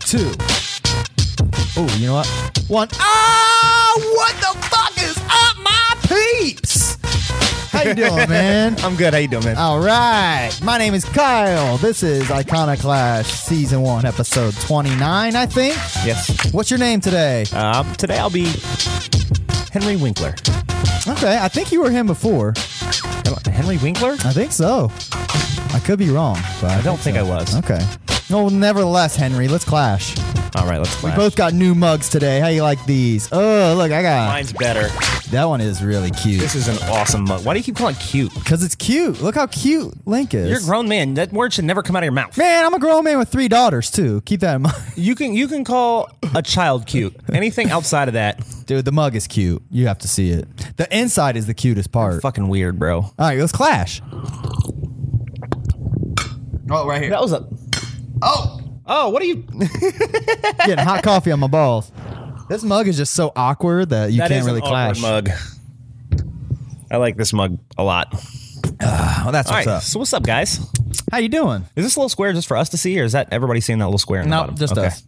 two. Oh, you know what? One. Ah, what the fuck is up, my peeps? How you doing, man? I'm good. How you doing, man? All right. My name is Kyle. This is Iconoclash Season 1, Episode 29, I think. yes. What's your name today? Um, today I'll be Henry Winkler. Okay, I think you were him before. Am I- Henry Winkler? I think so. I could be wrong, but I, I don't think I was. Okay. No, nevertheless, Henry, let's clash. All right, let's clash. Both got new mugs today. How you like these? Oh, look, I got Mine's better. that one is really cute. This is an awesome mug. Why do you keep calling it cute? Cause it's cute. Look how cute Link is. You're a grown man. That word should never come out of your mouth. man, I'm a grown man with three daughters too. Keep that in mind, You can you can call a child cute. Anything outside of that, dude. The mug is cute. You have to see it. The inside is the cutest part. fucking weird, bro. All right, let's clash. Oh, right here. That was a. Oh, Oh, what are you? Getting hot coffee on my balls. This mug is just so awkward that you That can't is really an awkward clash. mug. I like this mug a lot. Oh, that's All what's right, up. so what's up, guys? How you doing? Is this little square just for us to see, or is that everybody seeing that little square? in the No, bottom? just Okay. us.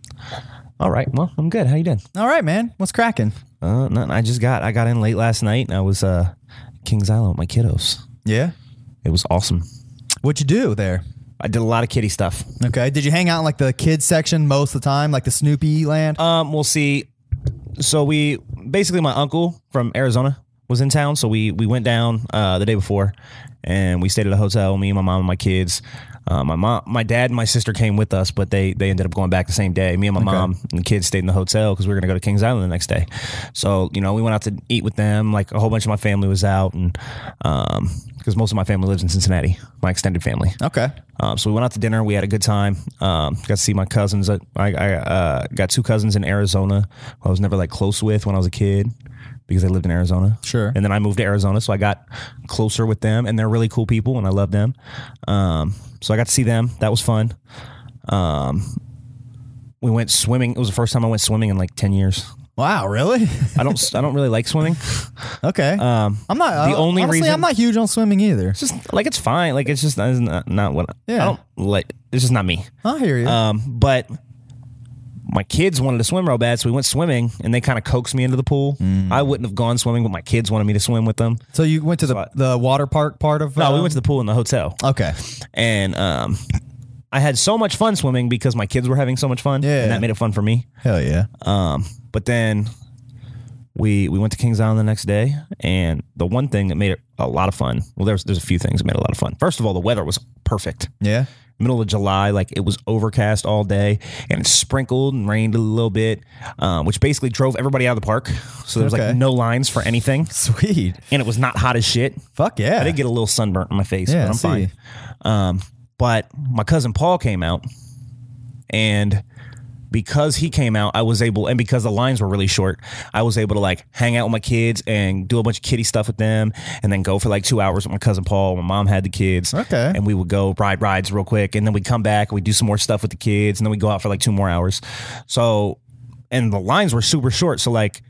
All right. Well, I'm good. How you doing? All right, man. What's cracking? Uh, nothing. I just got I got in late last night and I was uh Kings Island with my kiddos. Yeah. It was awesome. What you do there? I did a lot of kitty stuff. Okay. Did you hang out in like the kids section most of the time, like the Snoopy land? Um, we'll see. So we basically my uncle from Arizona was in town, so we we went down uh, the day before, and we stayed at a hotel. Me, my mom, and my kids. Uh, my mom, my dad, and my sister came with us, but they they ended up going back the same day. Me and my mom and the kids stayed in the hotel because we were gonna go to Kings Island the next day. So you know we went out to eat with them. Like a whole bunch of my family was out, and um, because most of my family lives in Cincinnati, my extended family. okay. Um, so we went out to dinner. We had a good time. Um, got to see my cousins. I, I uh, got two cousins in Arizona who I was never like close with when I was a kid because they lived in Arizona. Sure. And then I moved to Arizona, so I got closer with them, and they're really cool people, and I love them. Um, so I got to see them. That was fun. Um, we went swimming. It was the first time I went swimming in like ten years. Wow. Really? I don't. I don't really like swimming. okay. Um, I'm not. uh, the only honestly, reason- I'm not huge on swimming either. It's just like it's fine. Like it's just it's not, not what Yeah. I don't like. It's just not me. I hear you. Um, but my kids wanted to swim real bad, so we went swimming, and they kind of coaxed me into the pool. I wouldn't have gone swimming, but my kids wanted me to swim with them. so you went to the, the water park part of? uh, No, we went to the pool in the hotel, Okay. and um, I had so much fun swimming because my kids were having so much fun, Yeah. and that made it fun for me. Hell yeah. Um, but then we we went to Kings Island the next day, and the one thing that made it a lot of fun. Well, there's there's a few things that made it a lot of fun. First of all, the weather was perfect. yeah. middle of July. Like it was overcast all day and it sprinkled and rained a little bit, um, which basically drove everybody out of the park. So there was Okay. like no lines for anything. Sweet. And it was not hot as shit. Fuck yeah. I did get a little sunburnt on my face, but Yeah, I'm I fine. see. Um, but my cousin Paul came out and because he came out, I was able, and because the lines were really short, I was able to like hang out with my kids and do a bunch of kitty stuff with them, and then go for like two hours with my cousin Paul. My mom had the kids, Okay. and we would go ride rides real quick, and then we'd come back, we'd do some more stuff with the kids, and then we'd go out for like two more hours. So, and the lines were super short, so like.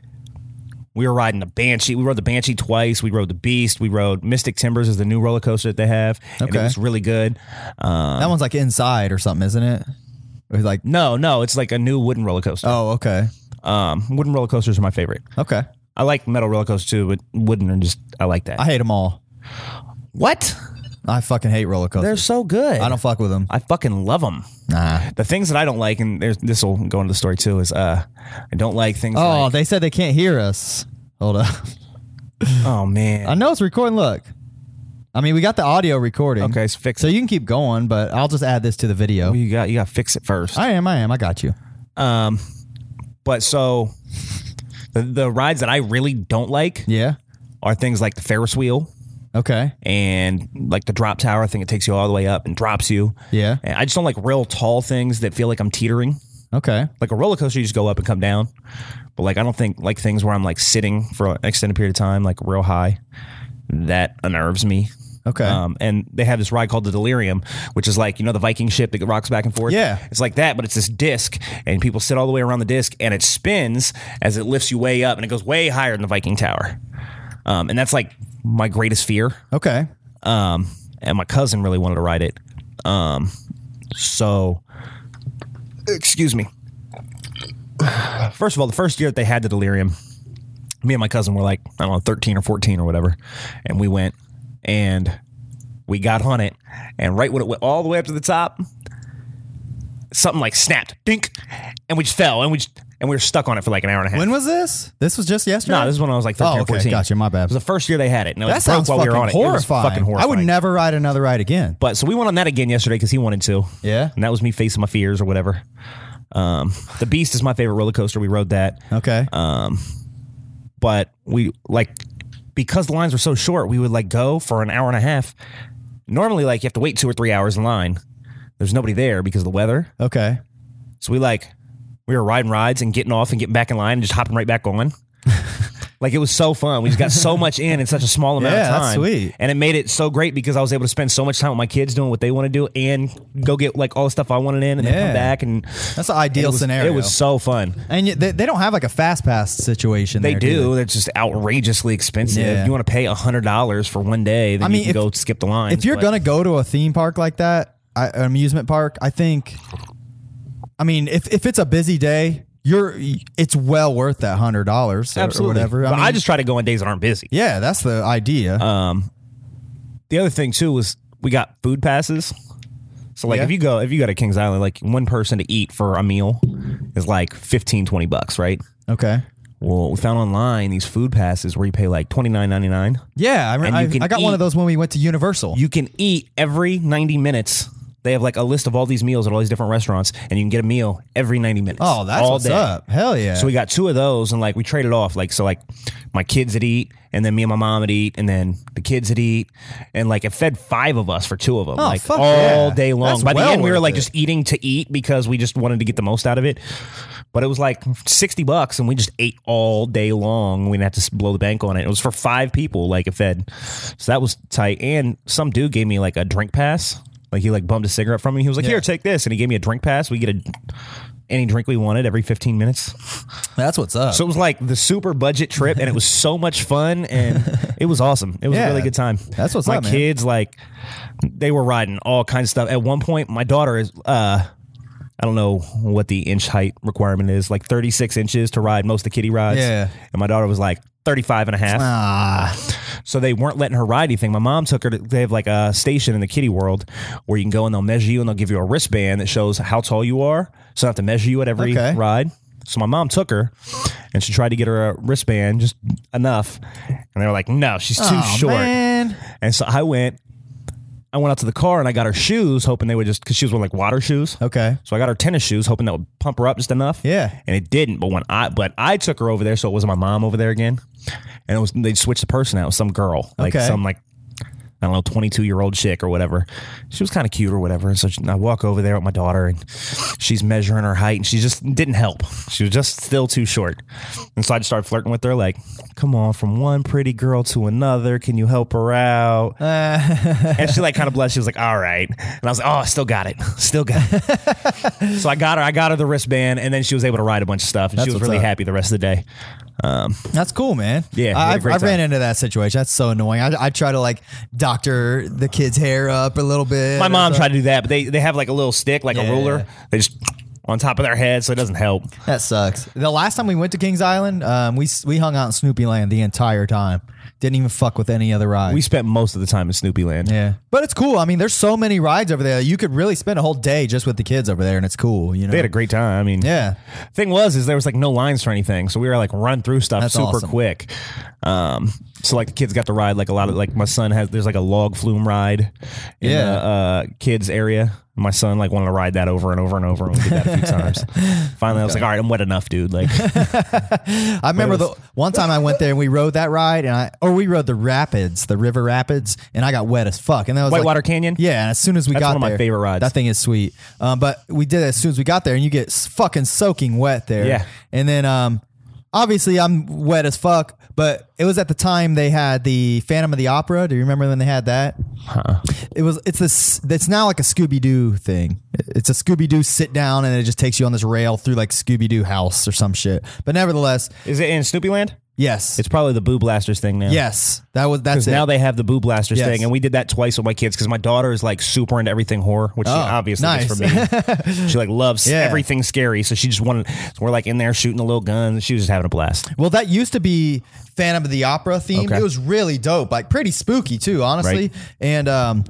We were riding the Banshee. We rode the Banshee twice. We rode the Beast. We rode Mystic Timbers is the new roller coaster that they have, and it Okay. was really good. Uh, that one's like inside or something, isn't it? It was like. No, no, it's like a new wooden roller coaster. Oh, okay. Um, wooden roller coasters are my favorite. Okay. I like metal roller coasters too, but wooden are just I like that. I hate them all. what? I fucking hate roller coasters. They're so good. I don't fuck with them. I fucking love them. Nah. The things that I don't like, and there's this will go into the story too, is uh, I don't like things. Oh, like, they said they can't hear us. Hold up. oh I man. know it's recording. Look. I mean, we got the audio recording. Okay, so fix So it. you can keep going, but I'll just add this to the video. You got you got to fix it first. I am. I am. I got you. Um, but so the, the rides that I really don't like Yeah. are things like the Ferris wheel. Okay. and like the drop tower. I think it takes you all the way up and drops you. Yeah. And I just don't like real tall things that feel like I'm teetering. Okay. Like a roller coaster, you just go up and come down. But like I don't think like things where I'm like sitting for an extended period of time, like real high. That unnerves me. Okay. Um, and they have this ride called the Delirium, which is like you know the Viking ship that rocks back and forth. Yeah. it's like that, but it's this disc, and people sit all the way around the disc, and it spins as it lifts you way up, and it goes way higher than the Viking Tower. Um, and that's like my greatest fear okay. um, and my cousin really wanted to ride it. Um, so, excuse me. first of all, the first year that they had the delirium, me and my cousin were like, I don't know, 13 or 14 or whatever. And we went and we got on it. And right when it went all the way up to the top, something like snapped, dink, and we just fell and we just, and we were stuck on it for like an hour and a half. When was this? This was just yesterday. no, this is when I was like 13 Oh, or okay. 14. Gotcha. My bad. It was the first year they had it. No, that sounds while fucking we were on it. It was horrifying. fucking horrifying. I would never ride another ride again. But so we went on that again yesterday because he wanted to. Yeah? And that was me facing my fears or whatever. Um, the Beast is my favorite roller coaster. We rode that. Okay. Uh, But we, like, because the lines were so short, we would, like, go for an hour and a half. Normally, like, you have to wait two or three hours in line. There's nobody there because of the weather. okay. So we, like, we were riding rides and getting off and getting back in line and just hopping right back on. like, it was so fun. We just got so much in in such a small amount Yeah, of time. that's sweet. And it made it so great because I was able to spend so much time with my kids doing what they want to do and go get, like, all the stuff I wanted in and then Yeah. come back. And That's the ideal it was, scenario. It was so fun. and yet they, they don't have like a fast pass situation. They there, do. They're just outrageously expensive. Yeah. You want to pay hundred dollars for one day, then I mean, you can if- go skip the line. If you're gonna go to a theme park like that, I, an amusement park, I think. I mean, if if it's a busy day, you're it's well worth that hundred dollars or absolutely whatever. I, but mean, I just Uh, try to go on days that aren't busy. yeah, that's the idea. The other thing too was we got food passes. So like Yeah. if you go if you go to Kings Island, like one person to eat for a meal is like 15, 20 bucks, right? okay. Well, we found online these food passes where you pay like twenty nine ninety nine. Yeah, I, And remember you I, can I got one eat- of those when we went to Universal. You can eat every ninety minutes. They have like a list of all these meals at all these different restaurants, and you can get a meal every ninety minutes. oh, that's all what's day. up. Hell yeah. So we got two of those, and like we traded off. Like so, like my kids would eat, and then me and my mom would eat, and then the kids would eat, and like it fed five of us for two of them, like Oh, fuck all yeah. day long. That's By the well end, we were worth like it. just eating to eat because we just wanted to get the most out of it. But it was like sixty bucks, and we just ate all day long. We didn't have to s- blow the bank on it. It was for five people, like it fed. So that was tight. And some dude gave me like a drink pass. Like he like bummed a cigarette from me. He was like, "Here, take this," and he gave me a drink pass. We get a any drink we wanted every fifteen minutes. that's what's up. So it was like the super budget trip, and it was so much fun, and it was awesome. It was Yeah. a really good time. That's what's my up, man. kids like. They were riding all kinds of stuff. At one point, my daughter is. uh I don't know what the inch height requirement is, like 36 inches to ride most of the kiddie rides. Yeah. And my daughter was like 35 and a half. ah, So they weren't letting her ride anything. My mom took her to, they have like a station in the kitty world where you can go and they'll measure you and they'll give you a wristband that shows how tall you are. So they have to measure you at every Okay. ride. So my mom took her and she tried to get her a wristband just enough. And they were like, no, she's too Aw, short. man. And so I went, I went out to the car and I got her shoes, hoping they would just, cause she was wearing like water shoes. Okay. So I got her tennis shoes, hoping that would pump her up just enough. Yeah. and it didn't. But when I but I took her over there, so it wasn't my mom over there again, and it was they switched the person out. It was some girl, like Okay. some like I don't know, twenty two year old chick or whatever. She was kind of cute or whatever. And so she- I walk over there with my daughter, and she's measuring her height, and she just didn't help. She was just still too short, and so I just started flirting with her, like, "Come on, from one pretty girl to another, can you help her out?" and she like kind of blushed. She was like, "All right," and I was like, "Oh, I still got it, still got it." so I got her, I got her the wristband, and then she was able to ride a bunch of stuff, and That's she was what's really up. happy the rest of the day. That's cool, man. Yeah, we had a I, I've- great I ran time. into that situation. That's so annoying. I, I try to like doctor the kid's hair up a little bit. My or mom something. tried to do that, but they they have like a little stick, like Yeah. a ruler. They just on top of their head, so it doesn't help. That sucks. The last time we went to Kings Island, um, we s- we hung out in Snoopy Land the entire time. Didn't even fuck with any other ride. We spent most of the time in Snoopy Land. yeah, but it's cool. I mean, there's so many rides over there. You could really spend a whole day just with the kids over there, and it's cool. You know, They had a great time. I mean, yeah, Thing was, is there was like no lines for anything, so we were like run through stuff That's super awesome. quick. Um, so like the kids got to ride like a lot of like my son has. There's like a log flume ride in Yeah. the uh, kids area. My son like wanted to ride that over and over and over, and we did that a few times. Finally, I was like, all right, I'm wet enough, dude. Like, I remember the one time I went there and we rode that ride, and I or we rode the rapids, the river rapids, and I got wet as fuck. And that was like- Whitewater Canyon? Yeah, and as soon as we That's got one of my there- favorite rides. That thing is sweet. Um, but we did it as soon as we got there, and you get s- fucking soaking wet there. Yeah. and then um, obviously I'm wet as fuck. But it was at the time they had the Phantom of the Opera. Do you remember when they had that? It was. It's this. It's now like a Scooby Doo thing. It's a Scooby Doo sit down, and it just takes you on this rail through like Scooby Doo house or some shit. But nevertheless, is it in Snoopy Land? Yes. It's probably the Boo Blasters thing now. yes. That was that's Because it. now they have the Boo Blasters Yes. thing, and we did that twice with my kids because my daughter is like super into everything horror, which she Oh, obviously nice. is for me. she like loves Yeah. everything scary, so she just wanted. so we're like in there shooting the little guns. She was just having a blast. Well, that used to be Phantom of the Opera theme. Okay. It was really dope, like pretty spooky too, honestly. Right. And um,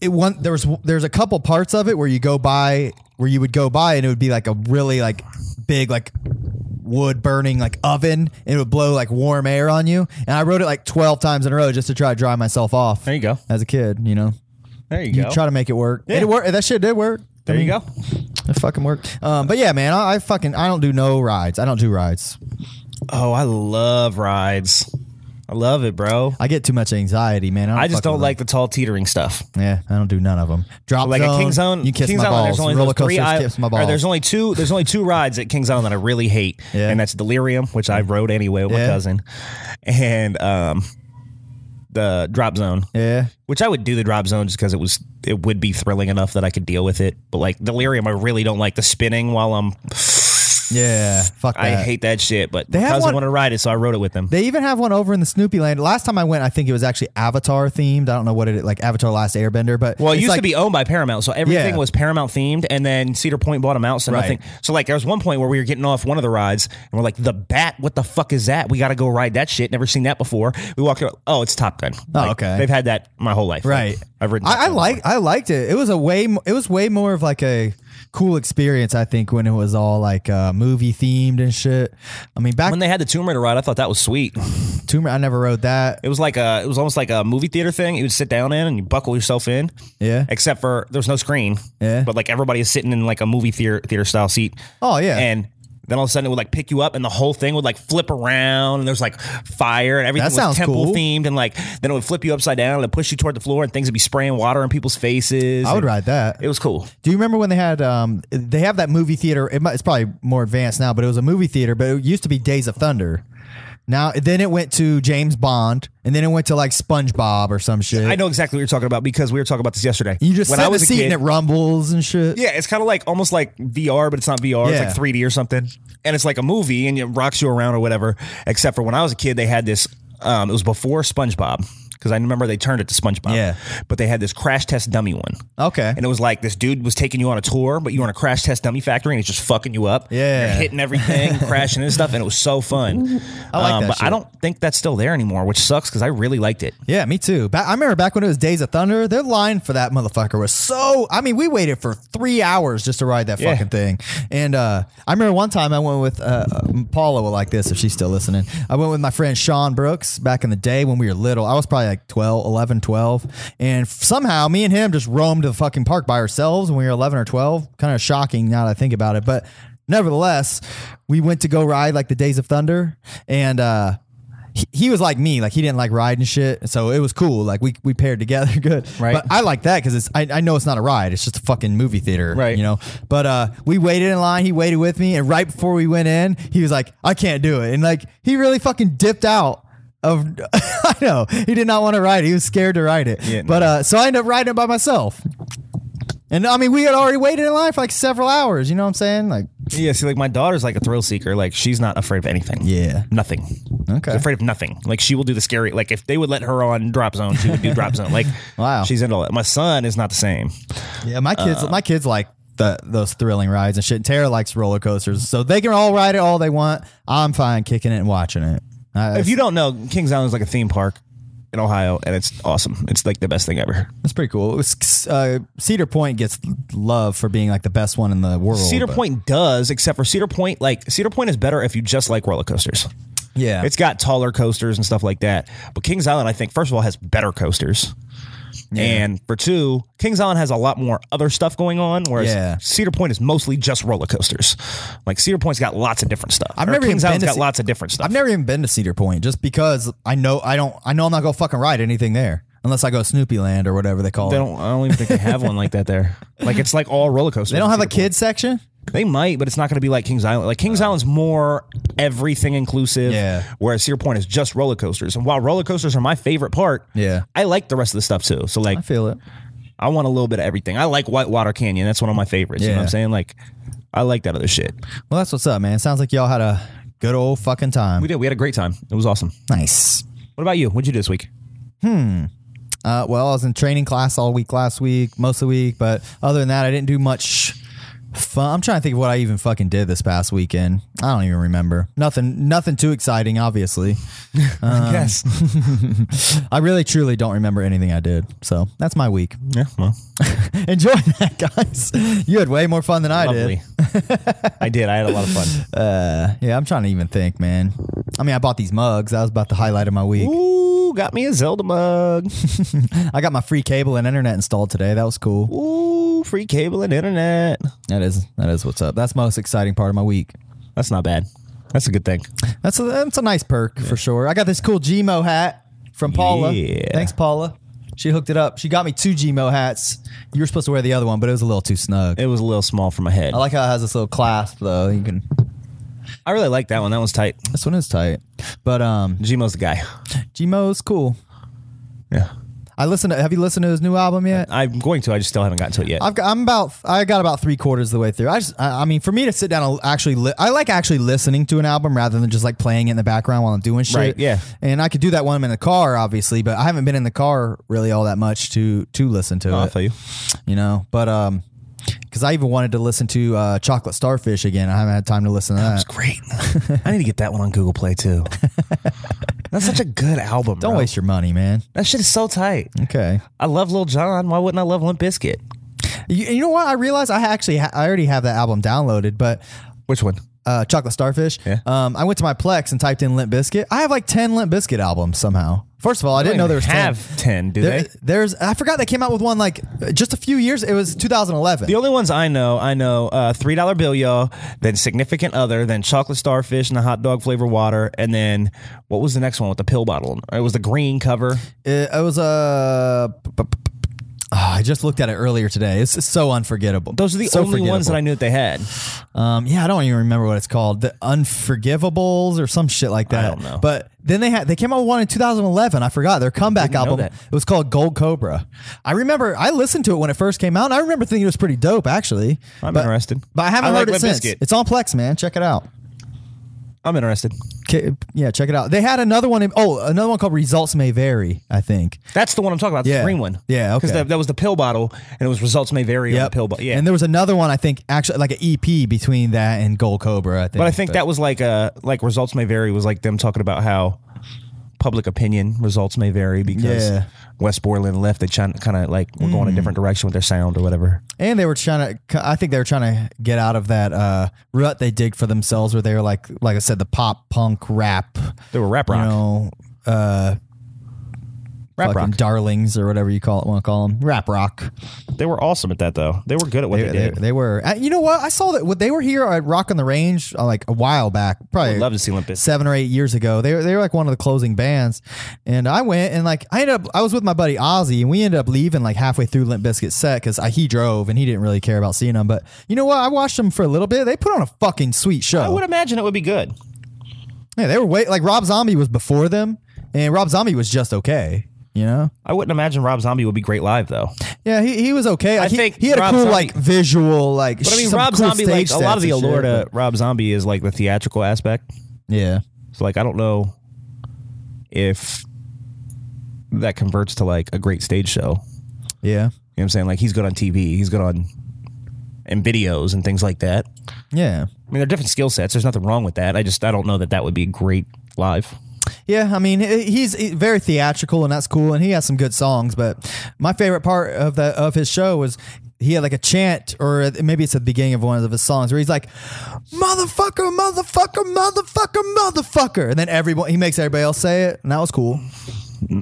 it one there was there's a couple parts of it where you go by where you would go by and it would be like a really like big like wood burning like oven and it would blow like warm air on you. And I wrote it like twelve times in a row just to try to dry myself off. There you go. As a kid, you know, There you, you go. try to make it work. Yeah. It worked. That shit did work. there you go. It fucking worked. Um, but yeah, man, I, I fucking I don't do no rides. I don't do rides. Oh, I love rides. I love it, bro. I get too much anxiety, man. I just fuck with don't them. like the tall teetering stuff. Yeah, I don't do none of them. Drop Like zone, at King's Island, You kiss King's my Island, balls. there's only Roller those three coaster I- kiss my or balls. there's only two. There's only two rides at King's Island that I really hate, Yeah. and that's Delirium, which I rode anyway with my Yeah. cousin, and um, the Drop Zone, yeah, which I would do the Drop Zone just because it was it would be thrilling enough that I could deal with it. But like Delirium, I really don't like the spinning while I'm. yeah. Fuck that. I hate that shit, but my have cousin one- wanted to ride it, so I rode it with him. They even have one over in the Snoopy Land. Last time I went, I think it was actually Avatar themed. I don't know what it like Avatar Last Airbender, but Well, it it's used to like- be owned by Paramount, so everything Yeah. was Paramount themed, and then Cedar Point bought them out, so Right. nothing. So like, there was one point where we were getting off one of the rides, and we're like, "The Bat, what the fuck is that? We got to go ride that shit. Never seen that before." We walked out. Oh, it's Top Gun. Oh, Like, okay. They've had that my whole life. right. Like, I've ridden. Top I, I Gun. like. I liked it. It was a way. mo- It was way more of like a cool experience. I think when it was all like uh, movie themed and shit. I mean, back when they had the Tomb Raider ride. I thought that was sweet. Tomb Raider, I never rode that. It was like a, it was almost like a movie theater thing. You would sit down in and you buckle yourself in. Yeah. Except for there was no screen. Yeah. But like everybody is sitting in like a movie theater theater style seat. Oh, yeah. And then all of a sudden it would like pick you up and the whole thing would like flip around and there's like fire and everything That was sounds temple cool. themed and like then it would flip you upside down and it'd push you toward the floor and things would be spraying water in people's faces. I would And ride that. It was cool. Do you remember when they had um they have that movie theater? It might, it's probably more advanced now, but it was a movie theater. But it used to be Days of Thunder. Now then it went to James Bond, and then it went to like SpongeBob or some shit. I know exactly what you're talking about because we were talking about this yesterday. You just sit in the seat kid- and it rumbles and shit. Yeah, it's kind of like almost like VR, but it's not VR. Yeah. It's like 3D or something, and it's like a movie, and it rocks you around or whatever. Except for when I was a kid, they had this. Um, it was before SpongeBob because I remember they turned it to SpongeBob. Yeah. but they had this crash test dummy one. Okay. And it was like this dude was taking you on a tour, but you were in a crash test dummy factory, and he's just fucking you up. Yeah. You're hitting everything, crashing and stuff, and it was so fun. Um, I like that But I shit. don't think that's still there anymore, which sucks because I really liked it. Yeah, me too. Ba- I remember back when it was Days of Thunder, their line for that motherfucker was so. I mean, we waited for three hours just to ride that Yeah. fucking thing. And uh, I remember one time I went with uh, uh, Paula will like this if she's still listening. I went with my friend Sean Brooks back in the day when we were little. I was probably like 12, 11, 12. And somehow me and him just roamed the fucking park by ourselves when we were 11 or 12. Kind of shocking now that I think about it. But nevertheless, we went to go ride like the Days of Thunder. And, uh, he- he was like me, like he didn't like riding shit, so it was cool. Like we we paired together good, Right. But I like that because it's I, I know it's not a ride, it's just a fucking movie theater, Right. You know. But uh, we waited in line. He waited with me, and right before we went in, he was like, "I can't do it," and like he really fucking dipped out. Of I know he did not want to ride. it. He was scared to ride it. Yeah, but uh, so I ended up riding it by myself. And I mean, we had already waited in line for like several hours. You know what I'm saying? Like, Yeah, see, like my daughter's like a thrill seeker. Like she's not afraid of anything. Yeah. nothing. Okay. She's afraid of nothing. Like she will do the scary. Like if they would let her on drop zone, she would do drop zone. Like Wow. she's into all that. My son is not the same. Yeah, my kids, my kids like the those thrilling rides and shit. And Tara likes roller coasters, so they can all ride it all they want. I'm fine kicking it and watching it. Uh, If you don't know, Kings Island is like a theme park in Ohio, and it's awesome. It's like the best thing ever. that's pretty cool. It was, uh, Cedar Point gets love for being like the best one in the world. Cedar but- Point does, except for Cedar Point. Like Cedar Point is better if you just like roller coasters. yeah, It's got taller coasters and stuff like that. But Kings Island, I think, first of all, has better coasters. And for two, Kings Island has a lot more other stuff going on, whereas Yeah. Cedar Point is mostly just roller coasters. Like Cedar Point's got lots of different stuff. I've Or never Kings even Island's been got to Ce- lots of different stuff. I've never even been to Cedar Point just because I know I don't. I know I'm not gonna fucking ride anything there unless I go Snoopy Land or whatever they call They it. don't. I don't even think they have one like that there. Like it's like all roller coasters. They don't have a kids section. They might, but it's not going to be like Kings Island. Like Kings Island's more everything inclusive. Yeah. Whereas Cedar Point is just roller coasters. And while roller coasters are my favorite part, Yeah. I like the rest of the stuff too. So like, I feel it. I want a little bit of everything. I like Whitewater Canyon. That's one of my favorites. You know what Yeah. I'm saying? Like, I like that other shit. Well, that's what's up, man. Sounds like y'all had a Good old fucking time. We did. We had a great time. It was awesome. Nice. What about you? What'd you do this week? Uh, well, I was in training class all week last week, most of the week, but other than that, I didn't do much fun. I'm trying to think of what I even fucking did this past weekend. I don't even remember. Nothing, nothing too exciting, obviously. Um, yes. I really, truly don't remember anything I did. So that's my week. Yeah. Well, Enjoy that, guys. You had way more fun than I lovely. did. I did. I had a lot of fun. Uh, yeah, I'm trying to even think, man. I mean, I bought these mugs. That was about the highlight of my week. Ooh, got me a Zelda mug. I got my free cable and internet installed today. That was cool. Ooh, free cable and internet. That is that is what's up. That's the most exciting part of my week. That's not bad. That's a good thing. That's a that's a nice perk for sure. I got this cool Gmo hat from Paula. Yeah. Thanks, Paula. She hooked it up. She got me two Gmo hats. You were supposed to wear the other one, but it was a little too snug. It was a little small for my head. I like how it has this little clasp though. You can I really like that one. That one's tight. this one is tight. But um Gmo's the guy. Gmo's cool. Yeah. I listened to have you listened to his new album yet? I'm going to. I just still haven't gotten to it yet. I've got, I'm about I got about three quarters of the way through. I just I, I mean for me to sit down and actually li- I like actually listening to an album rather than just like playing it in the background while I'm doing shit. Right, yeah. And I could do that when I'm in the car, obviously, but I haven't been in the car really all that much to to listen to Oh, I it. feel you. You know, but um, because I even wanted to listen to uh, Chocolate Starfish again. I haven't had time to listen to that. It's great. I need to get that one on Google Play too. That's such a good album. Don't bro. waste your money, man. That shit is so tight. Okay. I love Lil Jon. Why wouldn't I love Limp Bizkit? You, you know what? I realized I actually ha- I already have that album downloaded, but Which one? uh, Chocolate Starfish. Yeah. Um, I went to my Plex and typed in Limp Biscuit. I have like ten Limp Biscuit albums somehow. First of all, I didn't know there was ten. have ten. do There- they? there's I forgot they came out with one like just a few years. It was 2011. The only ones I know, I know uh, three dollar bill, y'all. Then significant other, then chocolate starfish and the hot dog flavor water, and then what was the next one with the pill bottle? It was the green cover. it, it was uh, p- p- p- ah, I just looked at it earlier today. It's, it's so unforgettable. Those are the So only ones that I forgettable. knew that they had. Um, yeah, I don't even remember what it's called. The Unforgivables or some shit like that. don't know. But then they had they came out with one in 2011. I forgot their comeback know album. that. It was called Gold Cobra. I remember I listened to it when it first came out. And I remember thinking it was pretty dope actually. I'm but, interested. But I haven't I like heard it Limp since. Bizkit. It's on Plex, man. Check it out. I'm interested. 'Kay, yeah, check it out. They had another one. In, oh, another one called Results May Vary. I think. That's the one I'm talking about. Yeah. The green one. Yeah, okay. Because that, that was the pill bottle, and it was results may vary on the pill bottle. Yeah. And there was another one I think actually like an EP between that and Gold Cobra. I think. but I think that was like uh like results may vary was like them talking about how public opinion results may vary because Yeah. Mm-hmm. West Borland left. They kind of like we're going a different direction with their sound or whatever. And they were trying to. I think they were trying to get out of that uh, rut they dig for themselves, where they were like, like I said, the pop punk rap, They were rap you rock. know, uh, rap fucking rock. darlings or whatever you call it. Want to call them rap rock? They were awesome at that though. They were good at what they, They, did. they were. uh, you know what? I saw that when they were here at Rock on the Range uh, like a while back, probably Would love to see Limp Bizkit. seven or eight years ago. They were, they were like one of the closing bands, and I went and like I ended up I was with my buddy Ozzy, and we ended up leaving like halfway through Limp Bizkit set because he drove and he didn't really care about seeing them. But you know what? I watched them for a little bit. They put on a fucking sweet I would show. imagine it would be good. Yeah, they were way like Rob Zombie was before them, and Rob Zombie was just okay. You know. I wouldn't imagine Rob Zombie would be great live though. Yeah, he, he was okay. Like, he, think he had Rob a cool Zombie- like visual like. But I mean, some Rob cool Zombie, like stage a lot of the sets and shit, allure to but- Rob Zombie is like the theatrical aspect. Yeah. So like, I don't know if that converts to like a great stage show. Yeah. You know what I'm saying? Like he's good on TV, he's good on and videos and things like that. I Yeah. mean, they're different skill sets. There's nothing wrong with that. I just I don't know that that would be great live. Yeah, I mean he- he's very theatrical and that's cool, and he has some good songs. But my favorite part of the of his show was he had like a chant, or maybe it's at the beginning of one of his songs, where he's like, "Motherfucker, motherfucker, motherfucker, motherfucker," and then everyone he makes everybody else say it, and that was cool.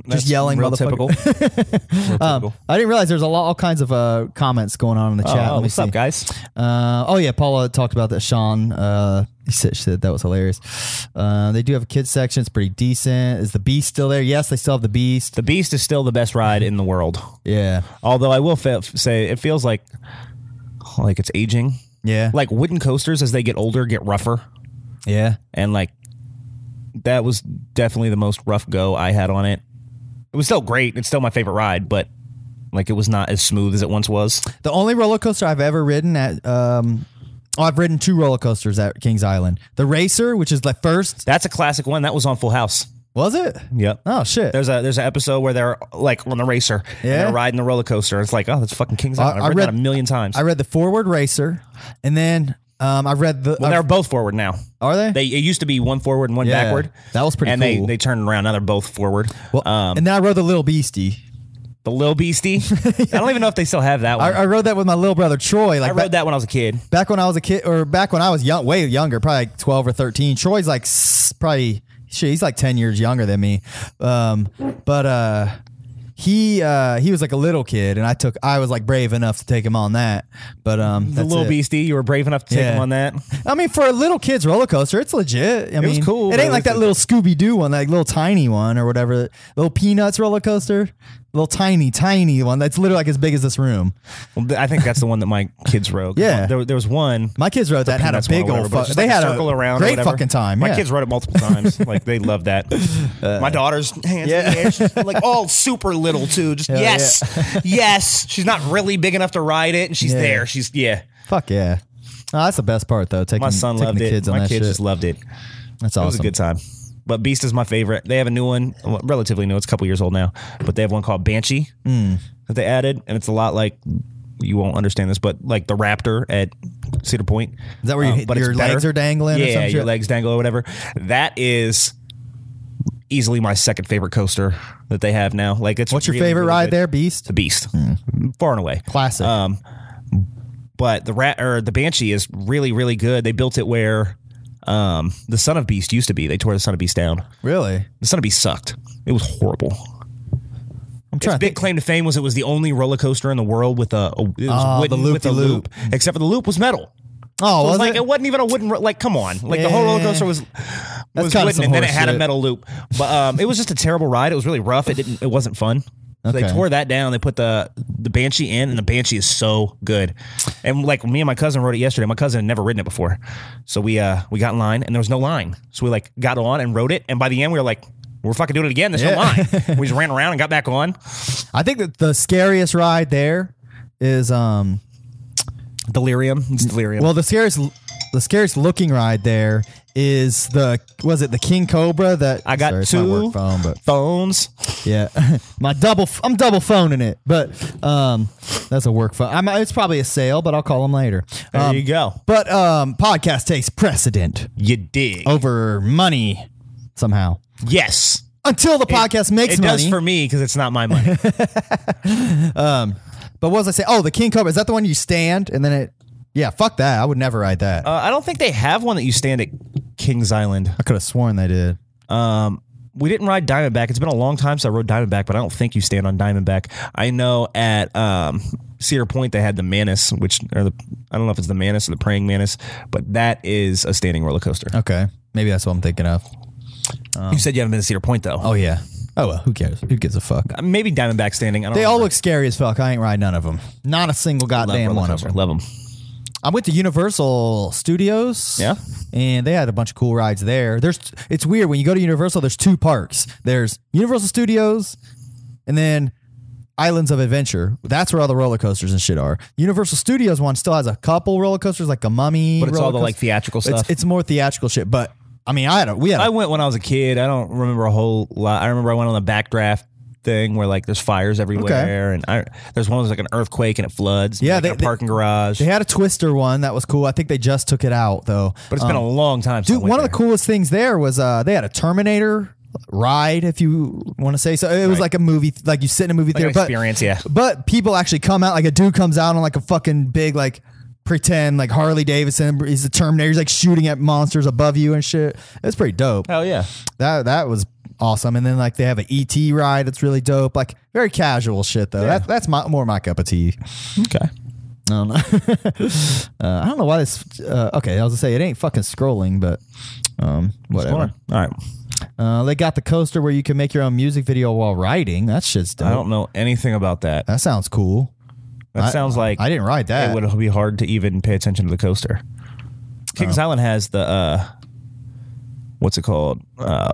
That's yelling, real motherfucker. typical. Real typical. Um, uh, I didn't realize there's a lot all kinds of uh, comments going on in the chat. Oh, Let me what's see. up, guys? Uh, oh yeah, Paula talked about that. Sean, uh, he said, she said that was hilarious. Uh, they do have a kids section; it's pretty decent. Is the Beast still there? Yes, they still have the Beast. The Beast is still the best ride in the world. Yeah, Although I will fa- say it feels like like it's aging. yeah, Like wooden coasters as they get older get rougher yeah. and like that was definitely the most rough go I had on it. It was still great. It's still my favorite ride, but like it was not as smooth as it once was. The only roller coaster I've ever ridden at um, Oh, I've ridden two roller coasters at Kings Island. The Racer, which is the first, That's a classic one. That was on Full House. was it? Yep. Oh shit! There's a there's an episode where they're like on the racer. Yeah? And they're riding the roller coaster. It's like, oh, that's fucking King's Island. I've I read, that read- a million times. I read the Forward Racer, and then um, I read the. well, they're both forward now. are they? They it used to be one forward and one Yeah. backward. That was pretty And cool. they they turned around. Now they're both forward. Well, um, and then I rode the Little Beastie. the little beastie. I don't even know if they still have that one. I, I, I rode that with my little brother Troy. Like rode that when I was a kid. back when I was a kid, or back when I was young, way younger, probably like twelve or thirteen. Troy's like s- probably shit, he's like ten years younger than me, um, but uh, he uh, he was like a little kid, and I took I was like brave enough to take him on that. But um, The little beastie. You were brave enough to take Yeah. him on that. I mean, for a little kid's roller coaster, it's legit. I mean, was cool, It but ain't it like was that little Scooby Doo one, that little tiny one or whatever, little Peanuts roller coaster, little tiny, tiny one that's literally like as big as this room. Well, th- I think that's the one that my kids rode. Yeah. There, there was one. My kids rode that, had a Peanuts one or big old. whatever, but Fuck, it's just they like had circle a around or great whatever. fucking time. My yeah. Uh, kids rode it multiple times. like they loved that. My daughter's hands yeah. in the air, she's like all super little too. Just Hell yes, yes. She's not really big enough to ride it, and she's Yeah. there. She's yeah. Fuck yeah. Oh, that's the best part though. Taking My son Mm, taking loved the it. kids on My that kid shit. just loved it. that's It awesome. was a good time. But Beast is my favorite. They have a new one, well, relatively new. It's a couple years old now, but they have one called Banshee Hmm. that they added, and it's a lot like you won't understand this, but like the Raptor at Cedar Point. Is that where you- your Um, better. legs are dangling or Yeah, some your shit? legs dangle or whatever. That is easily my second favorite coaster that they have now. Like, it's What's your really, favorite really ride good. there, Hmm. Beast? The Beast, far and away Classic. um, but the rat or the banshee is really really good. They built it where um, the son of beast used to be. They tore the son of beast down. really? The son of beast sucked. It was horrible. I'm Its trying. to big think. claim to fame was it was the only roller coaster in the world with a, a it was Ah, the wooden with a loop-de-loop. Uh, loop, except for the loop was metal. Oh, It was was like it? it? wasn't even a wooden ro- like come on like the whole roller Yeah. coaster was was kinda wooden some and then it horse had shit. a metal loop but um it was just a terrible ride it was really rough it didn't it wasn't fun so they Okay. tore that down they put the the banshee in and the banshee is so good and like me and my cousin rode it yesterday my cousin had never ridden it before so we uh we got in line and there was no line so we like got on and rode it and by the end we were like we're fucking doing it again there's Yeah. no line we just ran around and got back on I think that the scariest ride there is um delirium it's delirium well the scariest the scariest looking ride there is the was it the King Cobra that I got sorry, it's my two work phone but phones Yeah, my double. F- I'm double phoning it, but um, that's a work phone. I'm, it's probably a sale, but I'll call him later. there Um, you go But um, podcast takes precedent you dig oh. over money somehow yes until the podcast makes it money. does for me because it's not my money. but what was I say? Oh, the King Cobra is that the one you stand and then it? Yeah, fuck that. I would never ride that. Uh, I don't think they have one that you stand at Kings Island. I could have sworn they did. We didn't ride Diamondback. It's been a long time since I rode Diamondback, but I don't think you stand on Diamondback. I know at um, Cedar Point they had the Manus, which or the I don't know if it's the Manus or the Praying Manus, but that is a standing roller coaster. Okay, maybe that's what I'm thinking of. you said you haven't been to Cedar Point though. Oh yeah. Oh well, who cares? Who gives a fuck? Oh. Maybe Diamondback standing. I don't They all remember. look scary as fuck. I ain't ride none of them. Not a single goddamn roller one of coaster. them. Love them. I went to Universal Studios. Yeah. And they had a bunch of cool rides there. There's it's weird when you go to Universal, there's two parks. There's Universal Studios and then Islands of Adventure. That's where all the roller coasters and shit are. Universal Studios one still has a couple roller coasters, like a mummy. But it's roller all the, like, coaster. theatrical It's, stuff. it's more theatrical shit. But I mean, I had a we had a I went when I was a kid. I don't remember a whole lot. I remember I went on the backdraft thing where like there's fires everywhere and I, there's one was like an earthquake and it floods. Yeah, like, they- in a they- parking garage. they had a Twister one that was cool. I think they just took it out though. but it's been a long time. Since I Um, Dude, went one there. of the coolest things there was uh, they had a Terminator ride, if you want to say so. It was like a movie, like you sit in a movie Like an theater, but experience, yeah. But people actually come out, like a dude comes out on like a fucking big like pretend like Harley Davidson. He's the Terminator. He's like shooting at monsters above you and shit. It's pretty dope. Hell yeah. That that was awesome. And then like they have an ET ride that's really dope. Like very casual shit though. That, that's my, more my cup of tea. Okay. I don't know. uh, I don't know why this. Uh, okay, I was gonna say it ain't fucking scrolling, but um, whatever. All right. Uh, they got the coaster where you can make your own music video while riding. That shit's I dope. don't know anything about that. That sounds cool. That Uh, I- uh, sounds like I didn't ride it that. would be hard to even pay attention to the coaster. Oh. Kings Island has the uh what's it called? Uh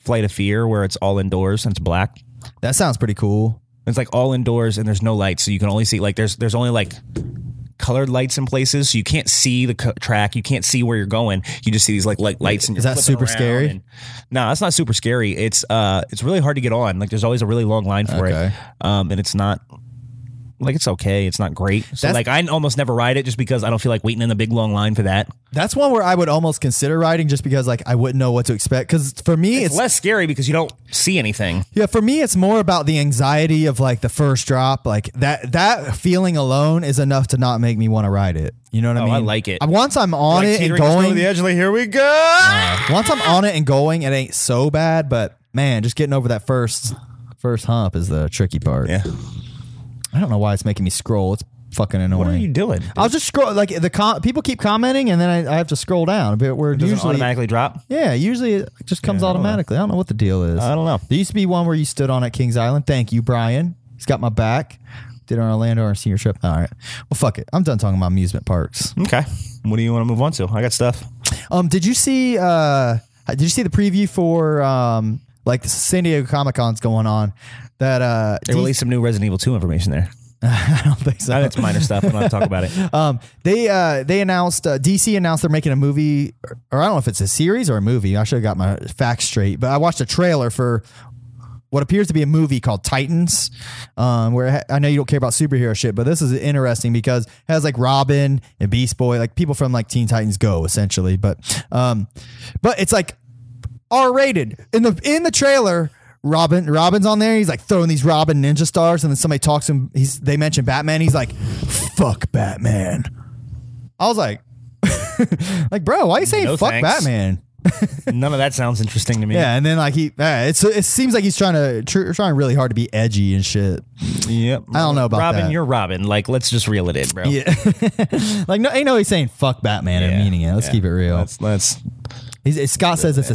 Flight of Fear where it's all indoors and it's black. That sounds pretty cool. It's like all indoors and there's no lights, so you can only see like there's there's only like colored lights in places, so you can't see the co- track, you can't see where you're going. You just see these like light lights. And Is you're that flipping super around scary? and- no, that's not super scary. It's uh, it's really hard to get on. Like there's always a really long line for Okay. it, um, and it's not. Like it's okay, it's not great. So That's- like I almost never ride it just because I don't feel like waiting in a big long line for that. That's one where I would almost consider riding just because like I wouldn't know what to expect. Because for me, It's it's, less scary because you don't see anything. yeah, for me, it's more about the anxiety of like the first drop. Like that that feeling alone is enough to not make me want to ride it. You know what I Oh, mean? I like it. I- Once I'm on it and going, edge, like here we go. once I'm on it and going, it ain't so bad. But man, just getting over that first first hump is the tricky part. yeah, I don't know why it's making me scroll. It's fucking annoying. what are you doing? I was just scroll like the com- people keep commenting and then I, I have to scroll down. But we're Does it usually automatically drop? yeah, usually it just comes I don't know. automatically. I don't know what the deal is. I don't know. There used to be one where you stood on at Kings Island. Thank you, Brian. He's got my back. Did our Orlando our senior trip. All right. Well, fuck it. I'm done talking about amusement parks. Okay. What do you want to move on to? I got stuff. Um, did you see? Uh, did you see the preview for um, like the San Diego Comic Con's going on? That uh, They D- released some new Resident Evil 2 information there. I don't think so. That's minor stuff. I'm not talk about it. Um, they uh, they announced uh, DC announced they're making a movie, or I don't know if it's a series or a movie. I should have got my facts straight, but I watched a trailer for what appears to be a movie called Titans. Um, where it ha- I know you don't care about superhero shit, but this is interesting because it has like Robin and Beast Boy, like people from like Teen Titans Go, essentially. But um, but it's like R rated in the in the trailer. Robin Robin's on there. He's like throwing these Robin ninja stars, and then somebody talks to him. He's they mention Batman. He's like, "Fuck Batman." I was like, like bro, why you saying No fuck thanks. Batman? None of that sounds interesting to me. Yeah, and then like he, uh, it's it seems like he's trying to tr- trying really hard to be edgy and shit. Yep. I don't know about Robin, that. you're Robin. Like, let's just reel it in, bro. Yeah, like no, ain't no he's saying fuck Batman and meaning it. Let's Yeah. keep it real. Let's, let's- He's, Scott says it's a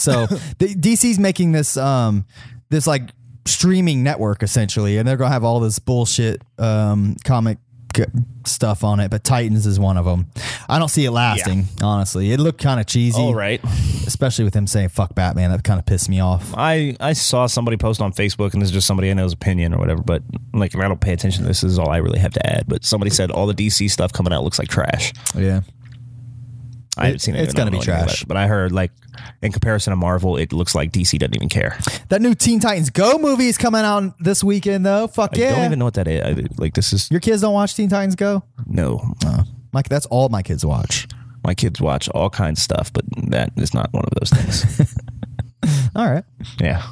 So the, DC's making this um this like streaming network essentially, and they're gonna have all this bullshit um comic c- stuff on it. But Titans is one of them. I don't see it lasting. Honestly, it looked kind of cheesy, all right. especially with him saying "fuck Batman." That kind of pissed me off. I, I saw somebody post on Facebook, and this is just somebody I know's opinion or whatever, but like, and I don't pay attention to this. This is all I really have to add. But somebody said all the DC stuff coming out looks like trash. Yeah, I haven't seen it. it's I don't gonna be know anything about trash. it, But I heard, like, in comparison to Marvel, it looks like DC doesn't even care. that new Teen Titans Go movie is coming out this weekend though. Fuck I yeah! don't even know what that is. I, like, this is Your kids don't watch Teen Titans Go? no. Mike, that's all my kids watch. My kids watch all kinds of stuff, but that is not one of those things. All right. yeah.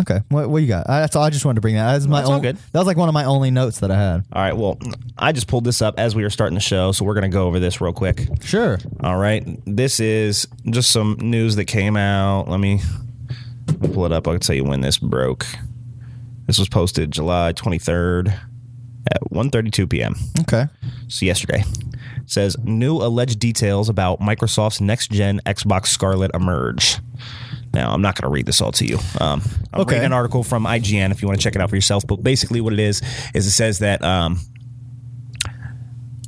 Okay. What, what you got? I, that's all. I just wanted to bring that. That's my That's all only- good. That was like one of my only notes that I had. All right. Well, I just pulled this up as we were starting the show, so we're going to go over this real quick. Sure. All right. This is just some news that came out. Let me let me pull it up. I'll tell you when this broke. This was posted July 23rd at 1:32 p.m. Okay. So yesterday. It says new alleged details about Microsoft's next gen Xbox Scarlet emerge. Now I'm not going to read this all to you. Um, I'm Okay. reading an article from IGN if you want to check it out for yourself. But basically, what it is is it says that um,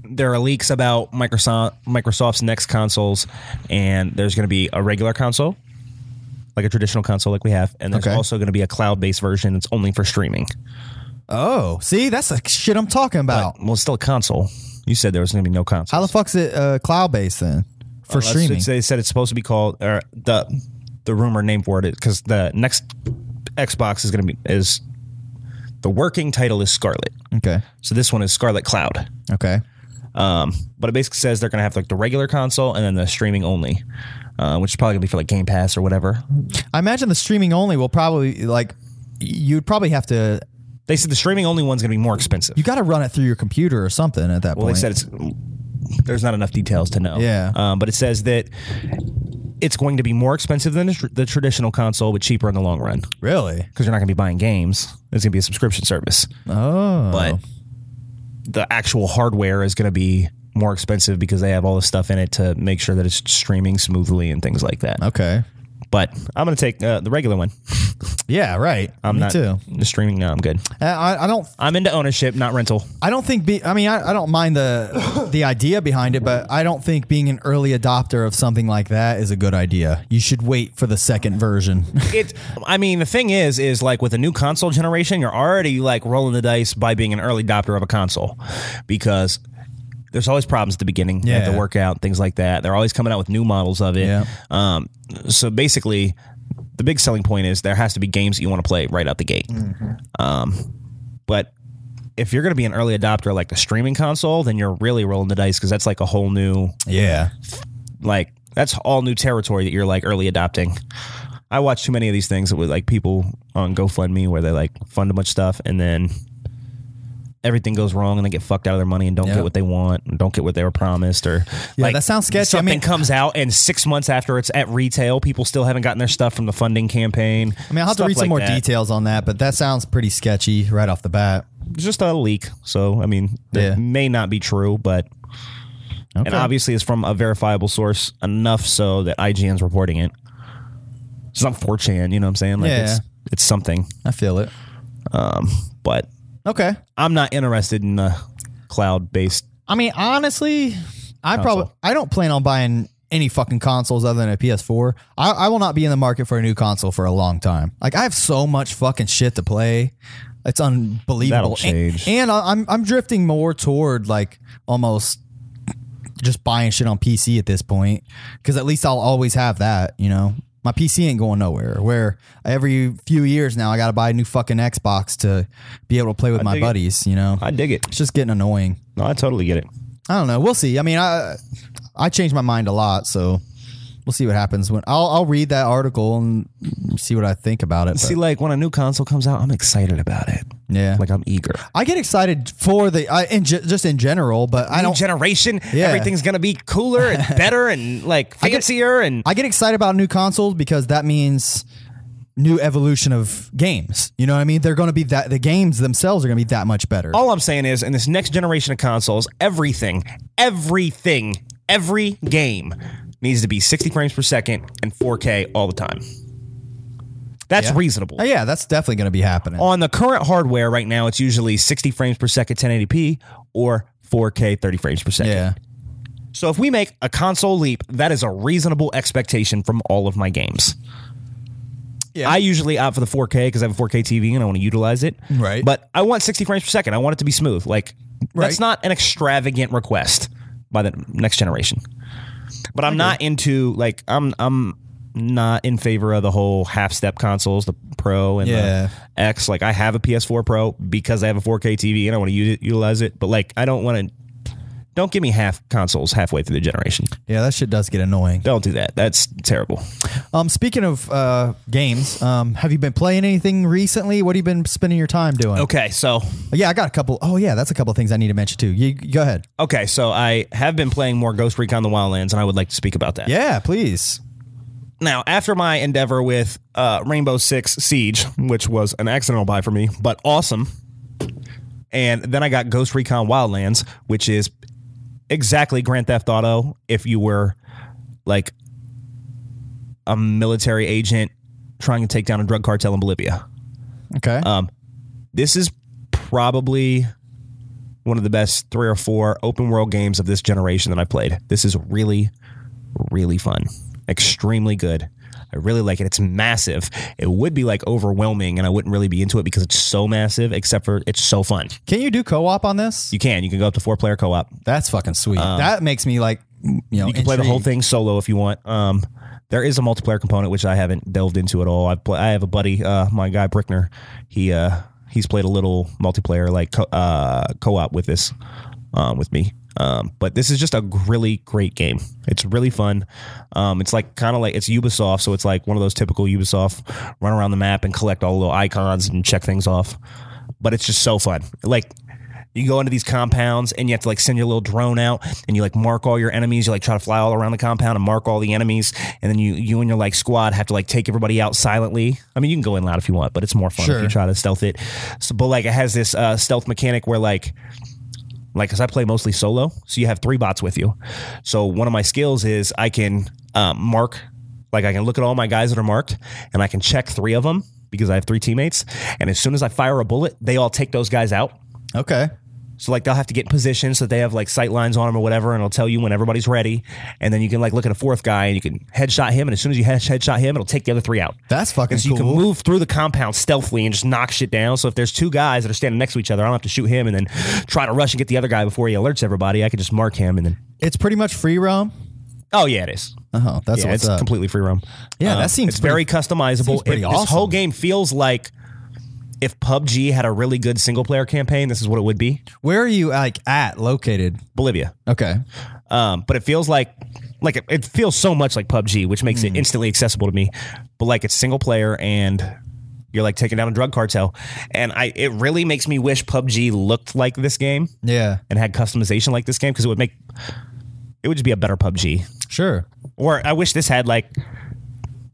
there are leaks about Microsoft Microsoft's next consoles, and there's going to be a regular console, like a traditional console, like we have, and there's Okay. also going to be a cloud based version that's only for streaming. Oh, see, that's the shit I'm talking about. Well, it's still a console. You said there was going to be no console. Oh. How the fuck's it uh, cloud based then for Unless streaming? it's- They said it's supposed to be called or the the rumor name for it because the next Xbox is going to be is the working title is Scarlet. okay. So this one is Scarlet Cloud. Okay. Um, but it basically says they're going to have like the regular console and then the streaming only, uh, which is probably going to be for like Game Pass or whatever. I imagine the streaming only will probably like you'd probably have to They said the streaming only one's going to be more expensive. you got to run it through your computer or something at that Well, point. they said it's there's not enough details to know. Yeah. Um, but it says that it's going to be more expensive than the, tr- the traditional console, but cheaper in the long run. really? because you're not going to be buying games. It's going to be a subscription service, Oh, but the actual hardware is going to be more expensive because they have all the stuff in it to make sure that it's streaming smoothly and things like that. okay. But I'm going to take uh, the regular one. Yeah, right. I'm Me not too. the streaming. No, I'm good. I- I, I don't I'm into ownership, not rental. I don't think be, I mean I, I don't mind the the idea behind it, but I don't think being an early adopter of something like that is a good idea. You should wait for the second version. It. I mean, the thing is, is like with a new console generation, you're already like rolling the dice by being an early adopter of a console because there's always problems at the beginning. They have Yeah. to work out things like that. They're always coming out with new models of it. Yeah. Um, so basically, the big selling point is there has to be games that you want to play right out the gate. Mm-hmm. Um, but if you're going to be an early adopter like the streaming console, then you're really rolling the dice because that's like a whole new Yeah. like that's all new territory that you're like early adopting. I watch too many of these things with like people on GoFundMe where they like fund a bunch of stuff and then everything goes wrong and they get fucked out of their money and don't Yeah. get what they want and don't get what they were promised or Yeah, like that sounds sketchy. I Something mean- comes out and six months after it's at retail, people still haven't gotten their stuff from the funding campaign. I mean, I'll have to read some more details. details on that, but that sounds pretty sketchy right off the bat. just a leak. So I mean, Yeah. it may not be true, but and Okay. obviously it's from a verifiable source enough so that IGN's reporting it. It's not 4chan, you know what I'm saying? Like Yeah, it's it's something. I feel it. But Okay. I'm not interested in a cloud based I mean, honestly, I probably I don't plan on buying any fucking consoles other than a PS4. I, I will not be in the market for a new console for a long time. Like I have so much fucking shit to play. It's unbelievable. That'll change. And, and I- I'm I'm drifting more toward like almost just buying shit on PC at this point because at least I'll always have that. You know, my PC ain't going nowhere. Where every few years now I got to buy a new fucking Xbox to be able to play with my dig it. buddies. You know, I dig it. it's just getting annoying. No, I totally get it. I don't know. We'll see. I mean, I I change my mind a lot, so we'll see what happens when I'll I'll read that article and see what I think about it. but- See, like when a new console comes out, I'm excited about it. yeah, Like I'm eager. I get excited for the I in ge- just in general, but I New don't. generation, Yeah. everything's gonna be cooler and better and like fancier and I get excited about new consoles because that means new evolution of games. You know what I mean? They're going to be that the games themselves are going to be that much better. All I'm saying is, in this next generation of consoles, everything, everything, every game needs to be 60 frames per second and 4K all the time. That's Yeah. reasonable. Oh, yeah, that's definitely going to be happening. On the current hardware right now, it's usually 60 frames per second, 1080p, or 4K, 30 frames per second. yeah, So if we make a console leap, that is a reasonable expectation from all of my games. Yeah. I usually opt for the 4K because I have a 4K TV and I want to utilize it. Right. But I want 60 frames per second. I want it to be smooth. Like Right. that's not an extravagant request by the next generation. But I'm not into like I'm I'm not in favor of the whole half step consoles, the Pro and Yeah. the X. Like I have a PS4 Pro because I have a 4K TV and I want to u- utilize it. But like I don't want to. Don't give me half consoles halfway through the generation. yeah, that shit does get annoying. Don't do that. That's terrible. Um, speaking of uh, games, um, have you been playing anything recently? What have you been spending your time doing? Okay, so Yeah, I got a couple. Oh, yeah, that's a couple of things I need to mention too. You you go ahead. okay, so I have been playing more Ghost Recon the Wildlands, and I would like to speak about that. Yeah, please. Now, after my endeavor with uh, Rainbow Six Siege, which was an accidental buy for me, but awesome, and then I got Ghost Recon Wildlands, which is exactly Grand Theft Auto if you were like a military agent trying to take down a drug cartel in Bolivia. Okay. Um, This is probably one of the best three or four open world games of this generation that I've played. This is really, really fun. Extremely good. I really like it. It's massive. It would be like overwhelming, and I wouldn't really be into it because it's so massive, except for it's so fun. can you do co-op on this? You can. You can go up to four player co op. That's fucking sweet. that makes me like, you know, You can play the whole thing solo if you want. Um, there is a multiplayer component which I haven't delved into at all. I play, I have a buddy, uh, my guy Brickner. He uh, he's played a little multiplayer like co- uh, co-op with this um, with me. Um, but this is just a really great game. It's really fun. Um, it's like kind of like it's Ubisoft, so it's like one of those typical Ubisoft run around the map and collect all the little icons and check things off. But it's just so fun. Like you go into these compounds and you have to like send your little drone out and you like mark all your enemies. You like try to fly all around the compound and mark all the enemies. And then you you and your like squad have to like take everybody out silently. I mean, you can go in loud if you want, but it's more fun Sure. if you try to stealth it. So, but like it has this uh, stealth mechanic where like like because I play mostly solo, so you have three bots with you. So one of my skills is I can um, mark, like I can look at all my guys that are marked, and I can check three of them because I have three teammates. And as soon as I fire a bullet, they all take those guys out. Okay. So like they'll have to get in position so that they have like sight lines on them or whatever, and it'll tell you when everybody's ready. And then you can like look at a fourth guy and you can headshot him, and as soon as you head- headshot him, it'll take the other three out. That's fucking And so cool. you can move through the compound stealthily and just knock shit down. So if there's two guys that are standing next to each other, I don't have to shoot him and then try to rush and get the other guy before he alerts everybody. I could just mark him and then. It's pretty much free roam. Oh yeah, it is. Uh huh. That's yeah, what's it's up. completely free roam. Yeah, that seems it's very pretty- customizable. seems pretty It- This whole awesome. game feels like if PUBG had a really good single player campaign, this is what it would be. Where are you like at located? Bolivia. Okay. Um, but it feels like like it, it feels so much like PUBG, which makes Hmm. it instantly accessible to me. But like it's single player and you're like taking down a drug cartel, and I it really makes me wish PUBG looked like this game Yeah. and had customization like this game because it would make it would just be a better PUBG. Sure. Or I wish this had like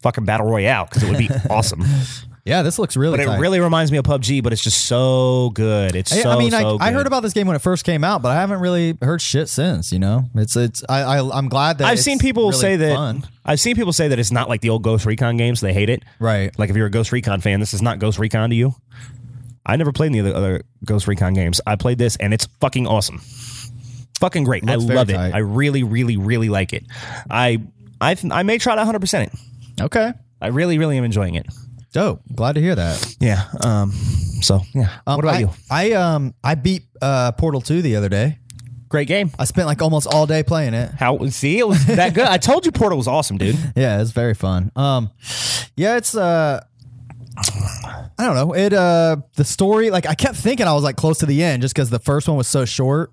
fucking battle royale because it would be awesome. Yeah, this looks really. But it tight. really reminds me of PUBG, but it's just so good. It's I, so I mean, so I, I good. heard about this game when it first came out, but I haven't really heard shit since. You know, it's it's. I, I I'm glad that I've it's seen people really say that fun. I've seen people say that it's not like the old Ghost Recon games. They hate it. Right. Like if you're a Ghost Recon fan, this is not Ghost Recon to you. I never played any of the other Ghost Recon games. I played this and it's fucking awesome. Fucking great. I Looks very love it. tight. I really, really, really like it. I I I may try to 100 percent it. Okay. I really, really am enjoying it. Dope. Glad to hear that. Yeah. Um. So yeah. Um, what about I, you? I um I beat uh Portal Two the other day. Great game. I spent like almost all day playing it. How see it was that good? I told you Portal was awesome, dude. Yeah, it's very fun. Um, yeah, it's uh, I don't know. It uh, the story like I kept thinking I was like close to the end just because the first one was so short.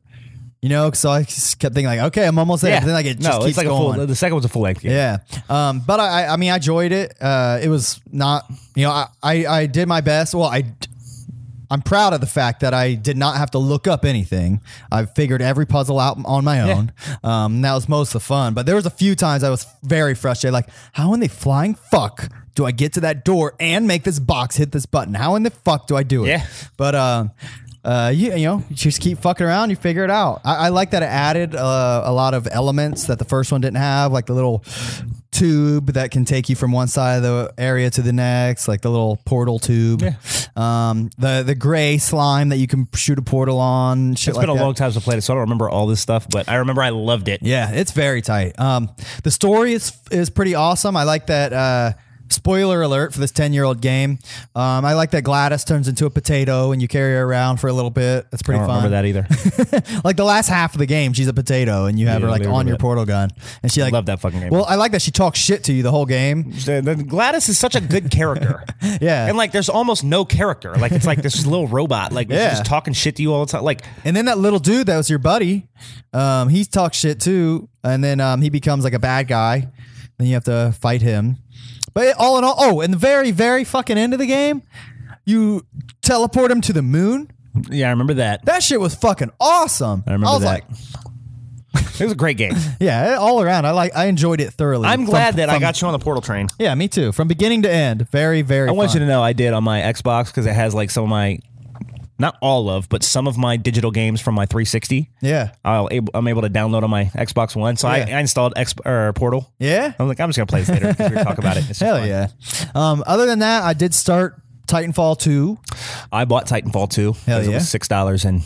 You know, so I just kept thinking like, okay, I'm almost there. But then like it just no, keeps it's like going. a full. The second was a full length. game. Yeah. Um, but I, I- I mean, I enjoyed it. Uh, it was not, you know, I, I, I did my best. Well, I, I'm proud of the fact that I did not have to look up anything. I figured every puzzle out on my own. Um, that was most of the fun. But there was a few times I was very frustrated. Like, how in the flying fuck do I get to that door and make this box hit this button? How in the fuck do I do it? Yeah. But um, uh, you, you know, you just keep fucking around, you figure it out. I, I like that it added uh, a lot of elements that the first one didn't have, like the little tube that can take you from one side of the area to the next, like the little portal tube. Um, the the gray slime that you can shoot a portal on. Shit It's like been a that. long time since I played it, so I don't remember all this stuff, but I remember I loved it. Yeah, it's very tight. Um, the story is is pretty awesome. I like that. Uh, spoiler alert for this ten year old game. Um, I like that Gladys turns into a potato and you carry her around for a little bit. That's I pretty don't fun. remember that either. like the last half of the game, she's a potato and you have Yeah, her like I on remember your that. portal gun, and she like Love that fucking game. Well, I like that she talks shit to you the whole game. The- the- Gladys is such a good character. Yeah. And like there's almost no character. Like it's like this little robot. Like Yeah. she's just talking shit to you all the time. Like And then that little dude that was your buddy, um, he talks shit too, and then um, he becomes like a bad guy. Then you have to fight him. But it- all in all, oh, and the very, very fucking end of the game, you teleport him to the moon. Yeah, I remember that. That shit was fucking awesome. I remember was that. like, it was a great game. yeah, all around. I like, I enjoyed it thoroughly. I'm From- glad that I from- got you on the portal train. Yeah, me too. From beginning to end, very, very. I want fun. you to know I did on my Xbox because it has like some of my not all of, but some of my digital games from my 360. Yeah. I'll ab- I'm able to download on my Xbox One. So Yeah. I, I installed X or Portal. Yeah? I'm like, I'm just gonna play this later because we're gonna talk about it. It's just Hell fun. yeah. Um, other than that, I did start Titanfall two. I bought Titanfall 2. Hell 'cause It yeah. was six dollars and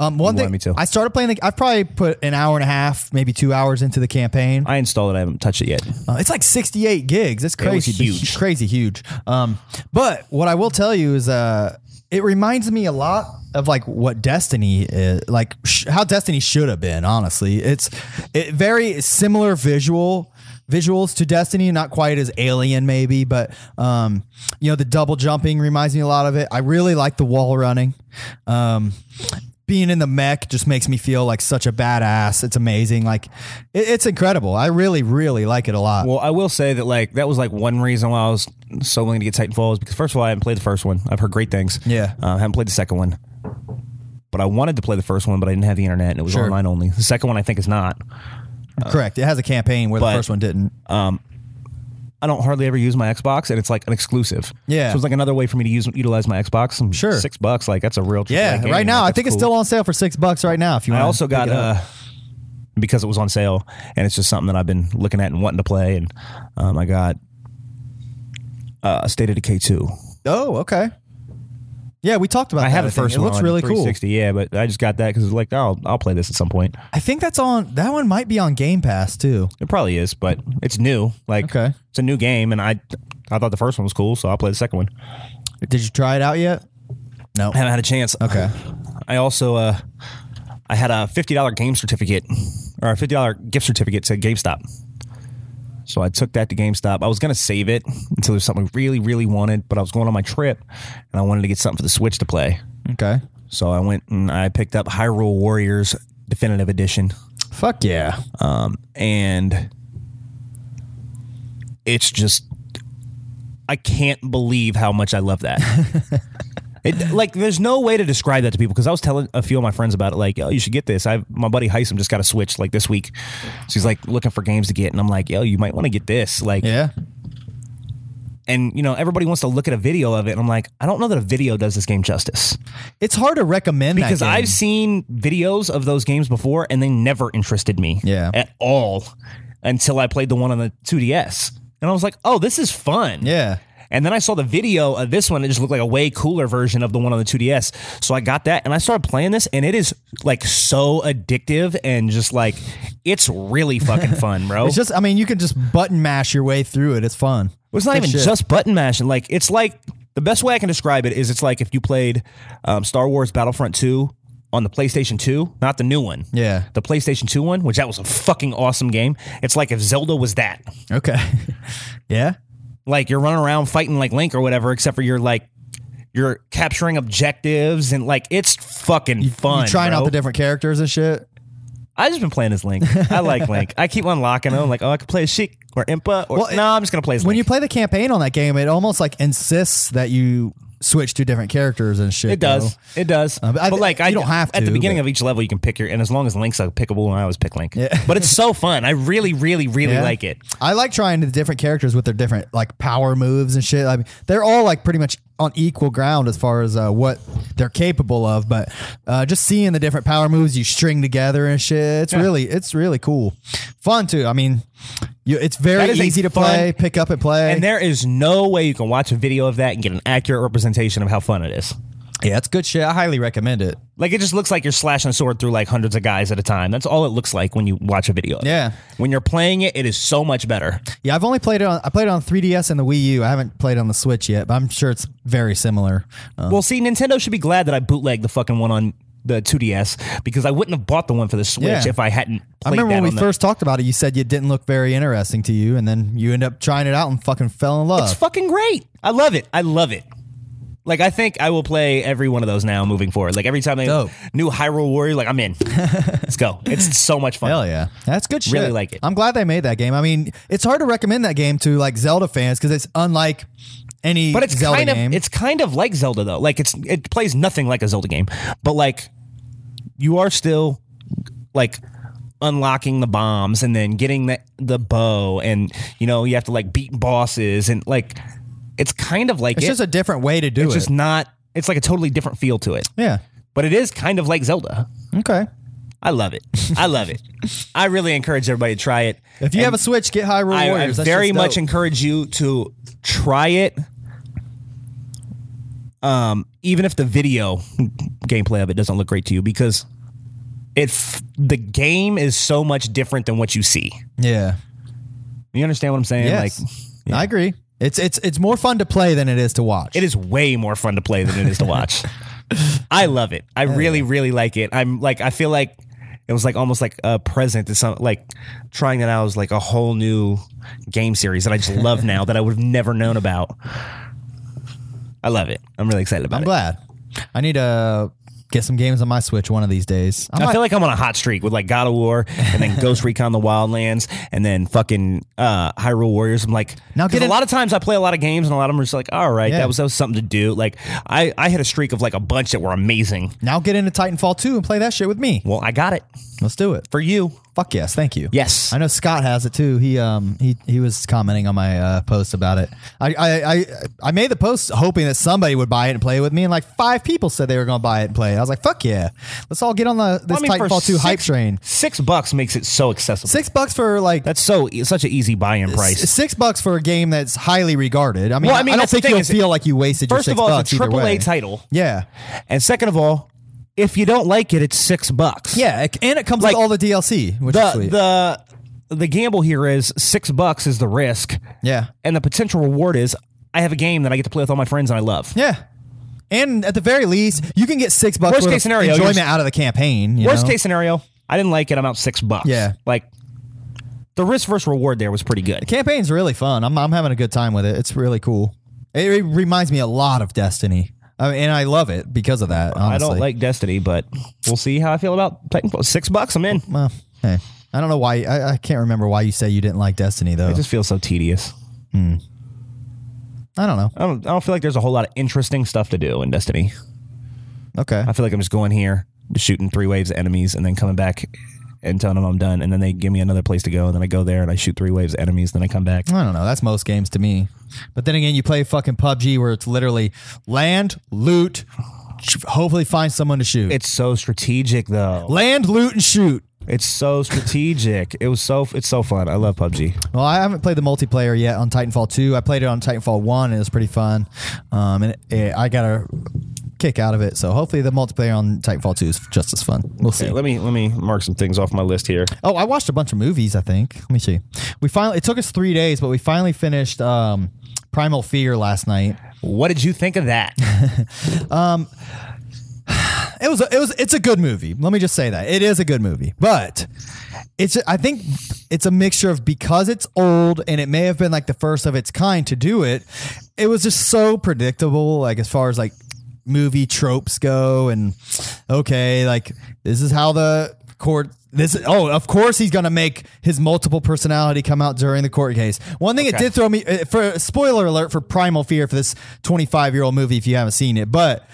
Um, one wanted thing me to. I started playing. The, I probably put an hour and a half, maybe two hours into the campaign. I installed it. I haven't touched it yet. Uh, it's like sixty-eight gigs. was It's crazy, huge. crazy huge. Um, but what I will tell you is, uh, it reminds me a lot of like what Destiny is, like sh- how Destiny should have been. Honestly, it's it very similar visual visuals to Destiny, not quite as alien maybe, but um, you know the double jumping reminds me a lot of it. I really like the wall running. Um, being in the mech just makes me feel like such a badass. It's amazing. Like it, it's incredible. I really, really like it a lot. Well, I will say that like that was like one reason why I was so willing to get Titanfall is because first of all, I haven't played the first one. I've heard great things. Yeah. uh, I haven't played the second one. But I wanted to play the first one, but I didn't have the internet and it was Sure. online only. The second one I think is not. Correct. It has a campaign where the Uh, but- first one didn't. I don't hardly ever use my Xbox and it's like an exclusive. Yeah. So it's like another way for me to use utilize my Xbox. And Sure. Six bucks, like that's a real AAA Yeah, game. right now Like, I that's think it's cool. still on sale for six bucks right now. If you, I want also got uh because it was on sale and it's just something that I've been looking at and wanting to play and um, I got uh State of Decay 2. oh, okay. Yeah, we talked about. I that, have the think. first It one. looks on really cool. 360, Yeah, but I just got that because like I'll I'll play this at some point. I think that's on. That one might be on Game Pass too. It probably is, but it's new. Like Okay. it's a new game, and I I thought the first one was cool, so I'll play the second one. Did you try it out yet? No. I haven't had a chance. Okay. I also uh, I had a fifty dollar game certificate or a fifty dollar gift certificate to GameStop. So I took that to GameStop. I was gonna save it until there's something I really, really wanted, but I was going on my trip and I wanted to get something for the Switch to play. Okay. So I went and I picked up Hyrule Warriors Definitive Edition, Fuck yeah. Um, and it's just I can't believe how much I love that. It, like, there's no way to describe that to people because I was telling a few of my friends about it. Like, oh, you should get this. I my buddy Heisem just got a Switch like this week. So he's like looking for games to get, and I'm like, yo, you might want to get this. Like, Yeah. and you know, everybody wants to look at a video of it, and I'm like, I don't know that a video does this game justice It's hard to recommend that because game. I've seen videos of those games before, and they never interested me, Yeah. at all, until I played the one on the 2DS, and I was like, oh, this is fun, yeah. and then I saw the video of this one. It just looked like a way cooler version of the one on the 2DS. So I got that and I started playing this, and it is like so addictive and just like it's really fucking fun, bro. It's just, I mean, you can just button mash your way through it. It's fun. It's not even just button mashing. Like it's like the best way I can describe it is it's like if you played um, Star Wars Battlefront 2 on the PlayStation 2, not the new one. Yeah. The PlayStation 2 one, which that was a fucking awesome game. It's like if Zelda was that. Okay. yeah. Like you're running around fighting like Link or whatever, except for you're like you're capturing objectives and like it's fucking fun. you trying bro. out the different characters and shit. I just been playing as Link. I like Link. I keep unlocking them. Like, oh, I could play as Sheik or Impa. Or, Well, it- no, I'm just gonna play as When Link. you play the campaign on that game, it almost like insists that you switch to different characters and shit. It does. It does. Uh, but but, I- like, I you don't have At the to, beginning but- of each level, you can pick your, and as long as Link's a pickable, I always pick Link. Yeah. but it's so fun. I really, really, really Yeah. like it. I like trying the different characters with their different like power moves and shit. I mean, they're all like pretty much on equal ground as far as uh, what they're capable of. But uh, just seeing the different power moves you string together and shit, it's really it's really cool, fun too. I mean, you, it's That very is a easy to fun- play, pick up and play. And there is no way you can watch a video of that and get an accurate representation of how fun it is. yeah, it's good shit. I highly recommend it. Like it just looks like you're slashing a sword through like hundreds of guys at a time. That's all it looks like when you watch a video. of it. Yeah. When you're playing it, it is so much better. Yeah, I've only played it on I played it on 3DS and the Wii U. I haven't played on the Switch yet, but I'm sure it's very similar. Uh, Well, see, Nintendo should be glad that I bootlegged the fucking one on the 2DS because I wouldn't have bought the one for the Switch Yeah. if I hadn't. I Played remember that when we on the- first talked about it, you said it didn't look very interesting to you, and then you end up trying it out and fucking fell in love. It's fucking great. I love it. I love it. Like I think I will play every one of those now moving forward. Like every time they Dope. new Hyrule Warrior, like I'm in. Let's go. It's so much fun. Hell yeah, that's good shit. Really like it. I'm glad they made that game. I mean, it's hard to recommend that game to like Zelda fans because it's unlike any But it's Zelda kind of game. it's kind of like Zelda though. Like it's it plays nothing like a Zelda game. But like you are still like unlocking the bombs and then getting the the bow and you know you have to like beat bosses and like it's kind of like It's it. just a different way to do it's it. just not it's like a totally different feel to it. yeah. But it is kind of like Zelda. Okay. I love it. I love it. I really encourage everybody to try it. If you have a Switch, get Hyrule I, I Warriors. That's very just much dope. encourage you to try it. Um, even if the video gameplay of it doesn't look great to you, because if the game is so much different than what you see, yeah. you understand what I'm saying? Yes. Like, I agree. It's it's it's more fun to play than it is to watch. it is way more fun to play than it is to watch. I love it. Oh, I really, really like it. I'm like, I feel like it was like almost like a present to some like trying that out was like a whole new game series that I just love now that I would have never known about. I love it. I'm really excited about I'm it. glad. I need to get some games on my Switch one of these days. I I might- feel like I'm on a hot streak with like God of War and then Ghost Recon the Wildlands and then fucking uh, Hyrule Warriors. I'm like, Now now get get a in- lot of times I play a lot of games and a lot of them are just like, all right, Yeah. that, was, that was something to do. Like I, I had a streak of like a bunch that were amazing. now get into Titanfall 2 and play that shit with me. Well, I got it Let's do it. for you. Fuck yes, thank you. Yes. I know Scott has it too. He um he he was commenting on my uh, post about it. I, I I I made the post hoping that somebody would buy it and play with me, and like five people said they were going to buy it and play. it. I was like, fuck yeah, let's all get on the this I mean, for Titanfall two hype six- train. Six bucks makes it so accessible. Six bucks for like That's so it's such an easy buy-in price. s- six bucks for a game that's highly regarded. I mean, Well, I I, mean, I don't that's the think thing you'll is- feel like you wasted First your of six all, it's bucks a either triple way. A title, Yeah, and second of all, if you don't like it, it's six bucks. yeah, it- and it comes Like, with all the DLC, which is sweet. the the the gamble here is six bucks is the risk, yeah, and the potential reward is I have a game that I get to play with all my friends and I love. yeah. And at the very least, you can get six bucks Worst worth case of scenario, you're enjoyment s- out of the campaign. you Worst know? case scenario, I didn't like it. I'm out six bucks. Yeah. like the risk versus reward there was pretty good. campaign's really fun. I'm, I'm having a good time with it. It's really cool. It, it reminds me a lot of Destiny, I mean, and I love it because of that. Honestly. I don't like Destiny, but we'll see how I feel about Titanfall. Six bucks, I'm in. Well, hey, I don't know why. I, I can't remember why you say you didn't like Destiny though. It just feels so tedious. I don't know. I don't, I don't feel like there's a whole lot of interesting stuff to do in Destiny. Okay. I feel like I'm just going here, just shooting three waves of enemies, and then coming back and telling them I'm done. And then they give me another place to go, and then I go there and I shoot three waves of enemies, then I come back. I don't know. That's most games to me. But then again, you play fucking PUBG where it's literally land, loot, sh- hopefully find someone to shoot. It's so strategic, though. land, loot, and shoot. It's so strategic. It was so it's so fun. I love PUBG. Well, I haven't played the multiplayer yet on Titanfall 2. I played it on Titanfall 1 and it was pretty fun. Um, and it, it- I got a kick out of it. So hopefully the multiplayer on Titanfall 2 is just as fun. We'll see. Okay, let me let me mark some things off my list here. Oh, I watched a bunch of movies. I think. Let me see. We finally. It took us three days, but we finally finished um, Primal Fear last night. What did you think of that? It was. A, it was. It's a good movie. Let me just say that it is a good movie, but it's. I think it's a mixture of because it's old and it may have been like the first of its kind to do it. It was just so predictable, like as far as like movie tropes go, and okay, like this is how the court. This oh, of course he's gonna make his multiple personality come out during the court case. One thing it Okay. did throw me uh, for spoiler alert for Primal Fear for this twenty five year old movie if you haven't seen it, but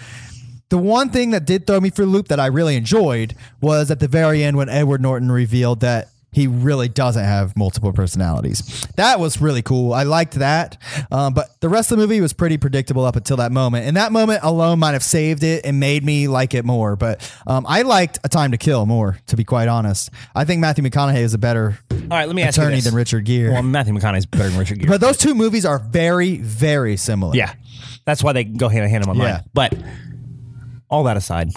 the one thing that did throw me for a loop that I really enjoyed was at the very end when Edward Norton revealed that he really doesn't have multiple personalities. That was really cool. I liked that. Um, but the rest of the movie was pretty predictable up until that moment. And that moment alone might have saved it and made me like it more. But um, I liked A Time to Kill more, to be quite honest. I think Matthew McConaughey is a better All right, let me ask you attorney this. than Richard Gere. Well, Matthew McConaughey's better than Richard Gere. but those two movies are very, very similar. Yeah. That's why they go hand in hand in my Yeah. mind. But all that aside,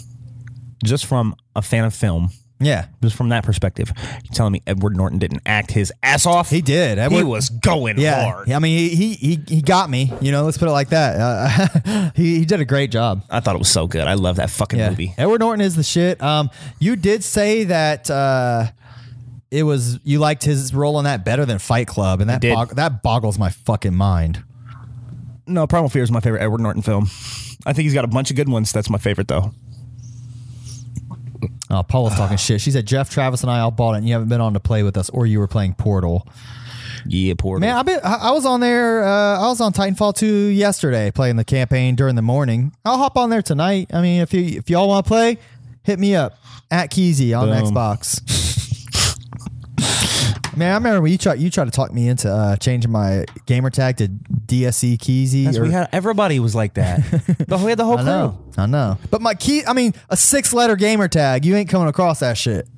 just from a fan of film, Yeah. just from that perspective, you're telling me Edward Norton didn't act his ass off? He did. he Edward- was going Yeah, hard. I mean, he, he he he got me. You know, let's put it like that. Uh, he he did a great job. I thought it was so good. I love that fucking Yeah, movie. Edward Norton is the shit. Um, you did say that uh, it was you liked his role in that better than Fight Club, and that did. bog- that boggles my fucking mind. No, Primal Fear is my favorite Edward Norton film. I think he's got a bunch of good ones. That's my favorite though. Oh, Paula's talking shit. She said Jeff Travis and I all bought it, and you haven't been on to play with us, or you were playing Portal. Yeah, poor Man, I been I I was on there. Uh, I was on Titanfall two yesterday, playing the campaign during the morning. I'll hop on there tonight. I mean, if you if y'all want to play, hit me up at Keezy on Boom. Xbox. Man, I remember when you tried you tried to talk me into uh, changing my gamer tag to DSE Keezy. That's- or- we had everybody was like that. the, we had the whole I crew. know, I know. But my key, I mean, a six letter gamer tag. You ain't coming across that shit.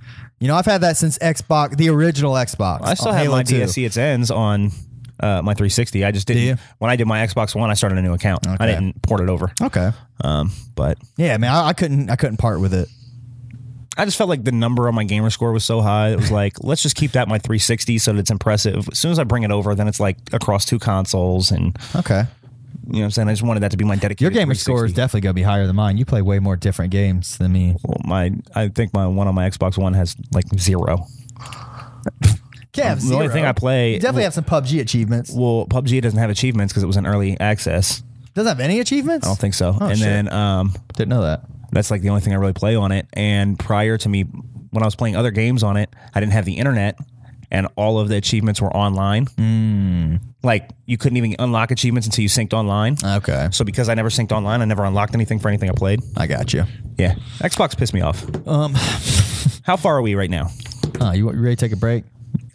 You know, I've had that since Xbox, the original Xbox. I still on have Halo my 2. DSC its ends on uh, my 360. I just you? didn't. When I did my Xbox One, I started a new account. I Okay. didn't port it over. Okay. Um, but Yeah, man, I, I couldn't, I couldn't part with it. I just felt like the number on my gamer score was so high. It was like, let's just keep that in my 360 so that it's impressive. As soon as I bring it over, then it's like across two consoles, and Okay. you know what I'm saying. I just wanted that to be my dedicated. Your gamer score is 360. definitely going to be higher than mine. You play way more different games than me. Well, my I think my one on my Xbox One has like zero. Can't have The only thing I play- You definitely have some PUBG achievements. Well, PUBG doesn't have achievements because it was an early access. Doesn't have any achievements. I don't think so. and Oh, shit. then um, Didn't know that. That's like the only thing I really play on it. And prior to me, when I was playing other games on it, I didn't have the internet, and all of the achievements were online. Hmm. Like you couldn't even unlock achievements until you synced online. Okay, So because I never synced online, I never unlocked anything for anything I played. I got you. Yeah, Xbox pissed me off. Um, how far are we right now? Oh, you, you ready to take a break?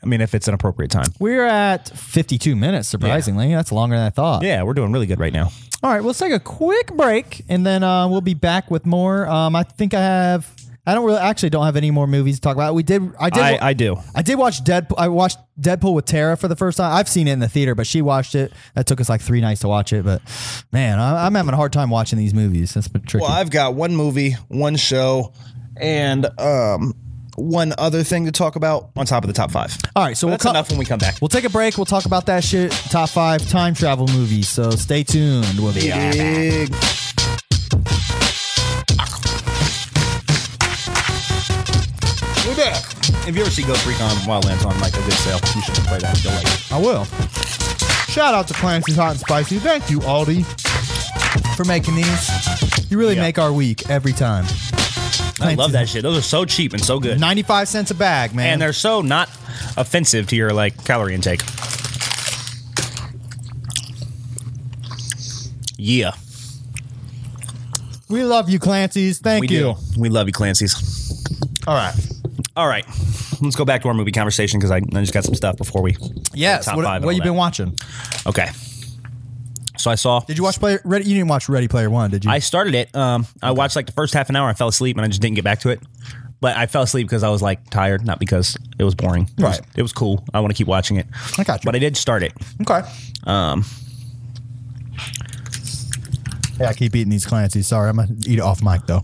I mean, if it's an appropriate time. We're at 52 minutes, surprisingly. That's longer than I thought. Yeah, we're doing really good right now. All right, well, let's take a quick break and then uh, we'll be back with more. Um, I think I have. I don't really actually don't have any more movies to talk about. We did. I did. I, I do. I did watch Deadpool. I watched Deadpool with Tara for the first time. I've seen it in the theater, but she watched it. That took us like three nights to watch it. But man, I, I'm having a hard time watching these movies. That's been tricky. Well, I've got one movie, one show, and um, one other thing to talk about on top of the top five. All right, so we'll That's cut. enough when we come back. We'll take a break. We'll talk about that shit. Top five time travel movies. So stay tuned. We'll be right back. Big. We're back. If you ever see Ghost Recon Wildlands on like a good sale, you should play that. You'll like it. I will. Shout out to Clancy's Hot and Spicy. Thank you, Aldi. For making these, you really Yeah. make our week every time. I love that shit. Those are so cheap and so good. 95 cents a bag, man. and they're so not offensive to your like calorie intake. Yeah, we love you, Clancy's. Thank we you. do. We love you, Clancy's. All right. All right, let's go back to our movie conversation because I, I just got some stuff before we. Yes. Top what five and what all you been that. watching? Okay, so I saw. Did you watch Player Ready? You didn't watch Ready Player One, did you? I started it. Um, I watched like the first half an hour. I fell asleep and I just didn't get back to it. But I fell asleep because I was like tired, not because it was boring. It was- Right. it was cool. I want to keep watching it. I got you. But I did start it. okay. Um, yeah, I keep eating these Clancy's. Sorry, I'm gonna eat it off mic though.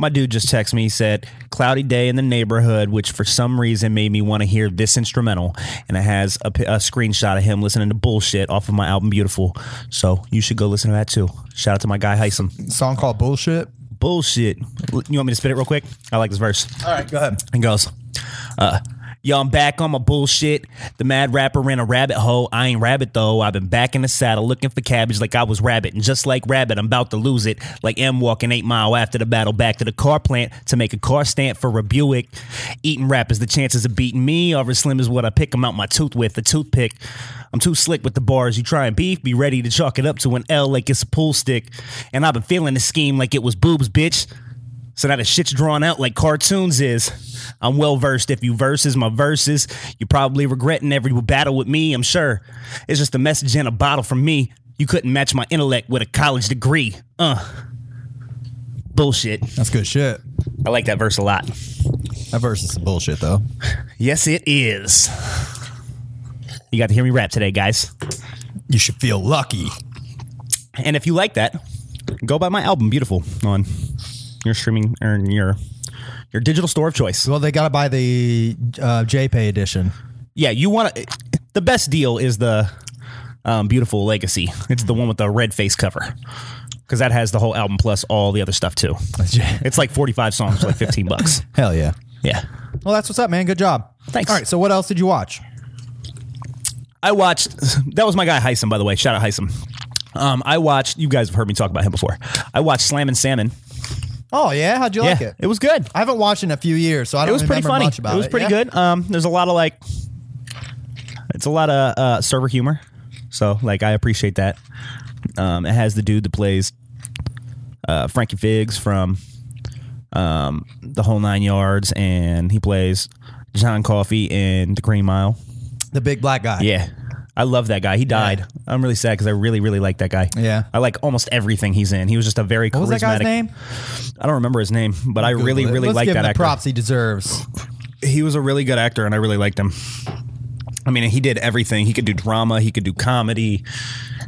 My dude just texted me. He said, "Cloudy day in the neighborhood," which for some reason made me want to hear this instrumental, and it has a, pi- a screenshot of him listening to bullshit off of my album "Beautiful." So you should go listen to that too. Shout out to my guy Heisem. Song called Bullshit. Bullshit. You want me to spit it real quick? I like this verse. All right, go ahead. and goes, uh, Yo, I'm back on my bullshit. The mad rapper ran a rabbit hole. I ain't rabbit though. I've been back in the saddle looking for cabbage like I was rabbit. And just like rabbit, I'm about to lose it. Like M walking eight mile after the battle back to the car plant to make a car stand for a Buick. Eating rappers, the chances of beating me are as slim as what I pick 'em out my tooth with, a toothpick. I'm too slick with the bars. You try and beef, be ready to chalk it up to an L like it's a pool stick. And I've been feeling the scheme like it was boobs, bitch. So now the shit's drawn out like cartoons is. I'm well versed. If you verses my verses, you're probably regretting every battle with me, I'm sure. It's just a message in a bottle from me. You couldn't match my intellect with a college degree. Uh. Bullshit. That's good shit. I like that verse a lot. That verse is some bullshit though. Yes, it is. You got to hear me rap today, guys. You should feel lucky. And if you like that, go buy my album Beautiful on your streaming or your your digital store of choice. Well, they gotta buy the uh, JPay edition. yeah, you want to. The best deal is the um, Beautiful Legacy. It's the one with the red face cover because that has the whole album plus all the other stuff too. It's like forty five songs, like fifteen bucks. Hell yeah. Yeah, Well, that's what's up, man. Good job. Thanks. All right. So, what else did you watch? I watched. That was my guy Heisem, by the way. Shout out Heisem. Um, I watched. You guys have heard me talk about him before. I watched Slam and Salmon. Oh yeah, how'd you like yeah, it? it was good. I haven't watched in a few years, so I don't it was pretty remember funny. much about it. it was pretty yeah? good. Um, there's a lot of like, it's a lot of uh, server humor. So like, I appreciate that. Um, it has the dude that plays uh, Frankie Figs from um, the whole nine yards, and he plays John Coffey in The Green Mile. The big black guy. Yeah. I love that guy. He died. I'm really sad because I really, really like that guy. Yeah. I like almost everything he's in. He was just a very What was that guy's charismatic- name? I don't remember his name, but I really, Google it. really Let's like give that him the actor props he deserves. he was a really good actor and I really liked him. I mean, he did everything. He could do drama, he could do comedy.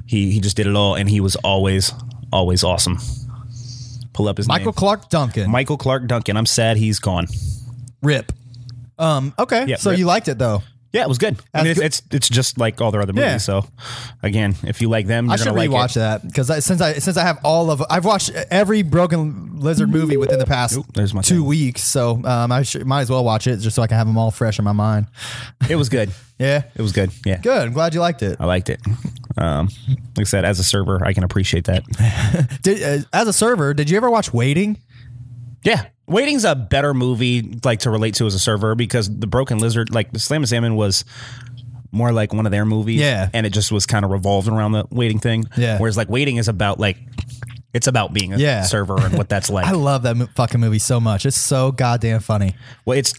He he just did it all and he was always always awesome. Pull up his Michael name. Clark Duncan. Michael Clark Duncan. I'm sad he's gone. Rip. Um. Okay. Yeah, so Rip. you liked it though. Yeah, it was good. I That's mean, it's, good. it's it's just like all their other movies. Yeah. So, again, if you like them, you're I should gonna like rewatch it. that because since I since I have all of I've watched every Broken Lizard movie within the past there's my two thing. weeks, so um, I should, might as well watch it just so I can have them all fresh in my mind. It was good. Yeah. It was good. Yeah, Good. I'm glad you liked it. I liked it. Um, like I said, as a server, I can appreciate that. Did, uh, as a server, did you ever watch Waiting? Yeah. Waiting's a better movie like to relate to as a server because the Broken Lizard, like the Slam and Salmon was more like one of their movies. Yeah. And it just was kind of revolved around the waiting thing. Yeah. Whereas like waiting is about like it's about being a Yeah. server and what that's like. I love that mo- fucking movie so much. It's so goddamn funny. well, it's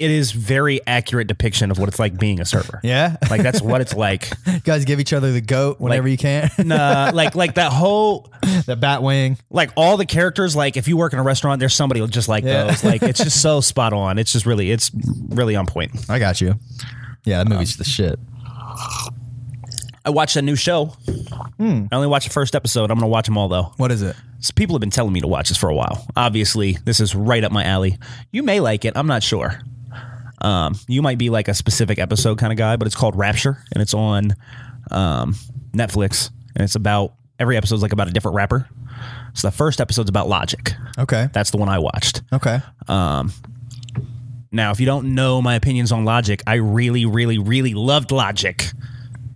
it is very accurate depiction of what it's like being a server. Yeah? like that's what it's like. You guys give each other the goat whenever Like- you can. Nah, like like that whole the bat wing. like all the characters. Like if you work in a restaurant, there's somebody just like Yeah. those. Like it's just so spot on. It's just really it's really on point. I got you. Yeah, that Um, movie's the shit. I watched a new show. I only watched the first episode. I'm gonna watch them all though. What is it? So people have been telling me to watch this for a while. Obviously, this is right up my alley. You may like it. I'm not sure. Um, you might be like a specific episode kind of guy, but it's called Rapture and it's on um, Netflix. And it's about every episode's like about a different rapper. So the first episode's about Logic. Okay. That's the one I watched. Okay. Now, if you don't know my opinions on Logic, I really, really, really loved Logic.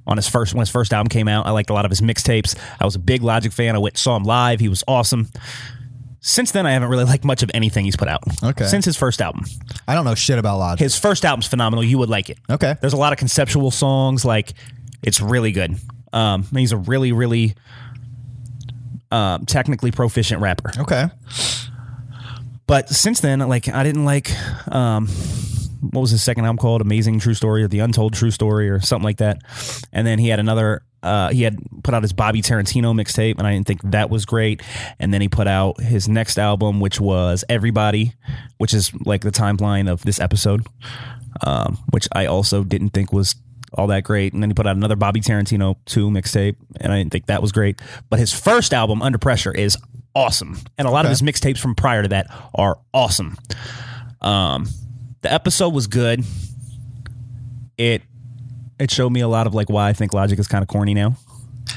On his first when his first album came out, I liked a lot of his mixtapes. I was a big Logic fan. I went saw him live. He was awesome. Since then, I haven't really liked much of anything he's put out. Okay. Since his first album, I don't know shit about logic. his first album's phenomenal. You would like it. Okay. There's a lot of conceptual songs. Like, it's really good. Um, and he's a really, really um, technically proficient rapper Okay. but since then, like I didn't like um, what was his second album called? Amazing True Story or The Untold True Story or something like that. And then he had another. Uh, he had put out his Bobby Tarantino mixtape, and I didn't think that was great. And then he put out his next album, which was Everybody, which is like the timeline of this episode, um, which I also didn't think was all that great. And then he put out another Bobby Tarantino 2 mixtape, and I didn't think that was great. But his first album, Under Pressure, is awesome. And a lot of his mixtapes from prior to that are awesome. Um, the episode was good. It it showed me a lot of like why I think Logic is kind of corny now.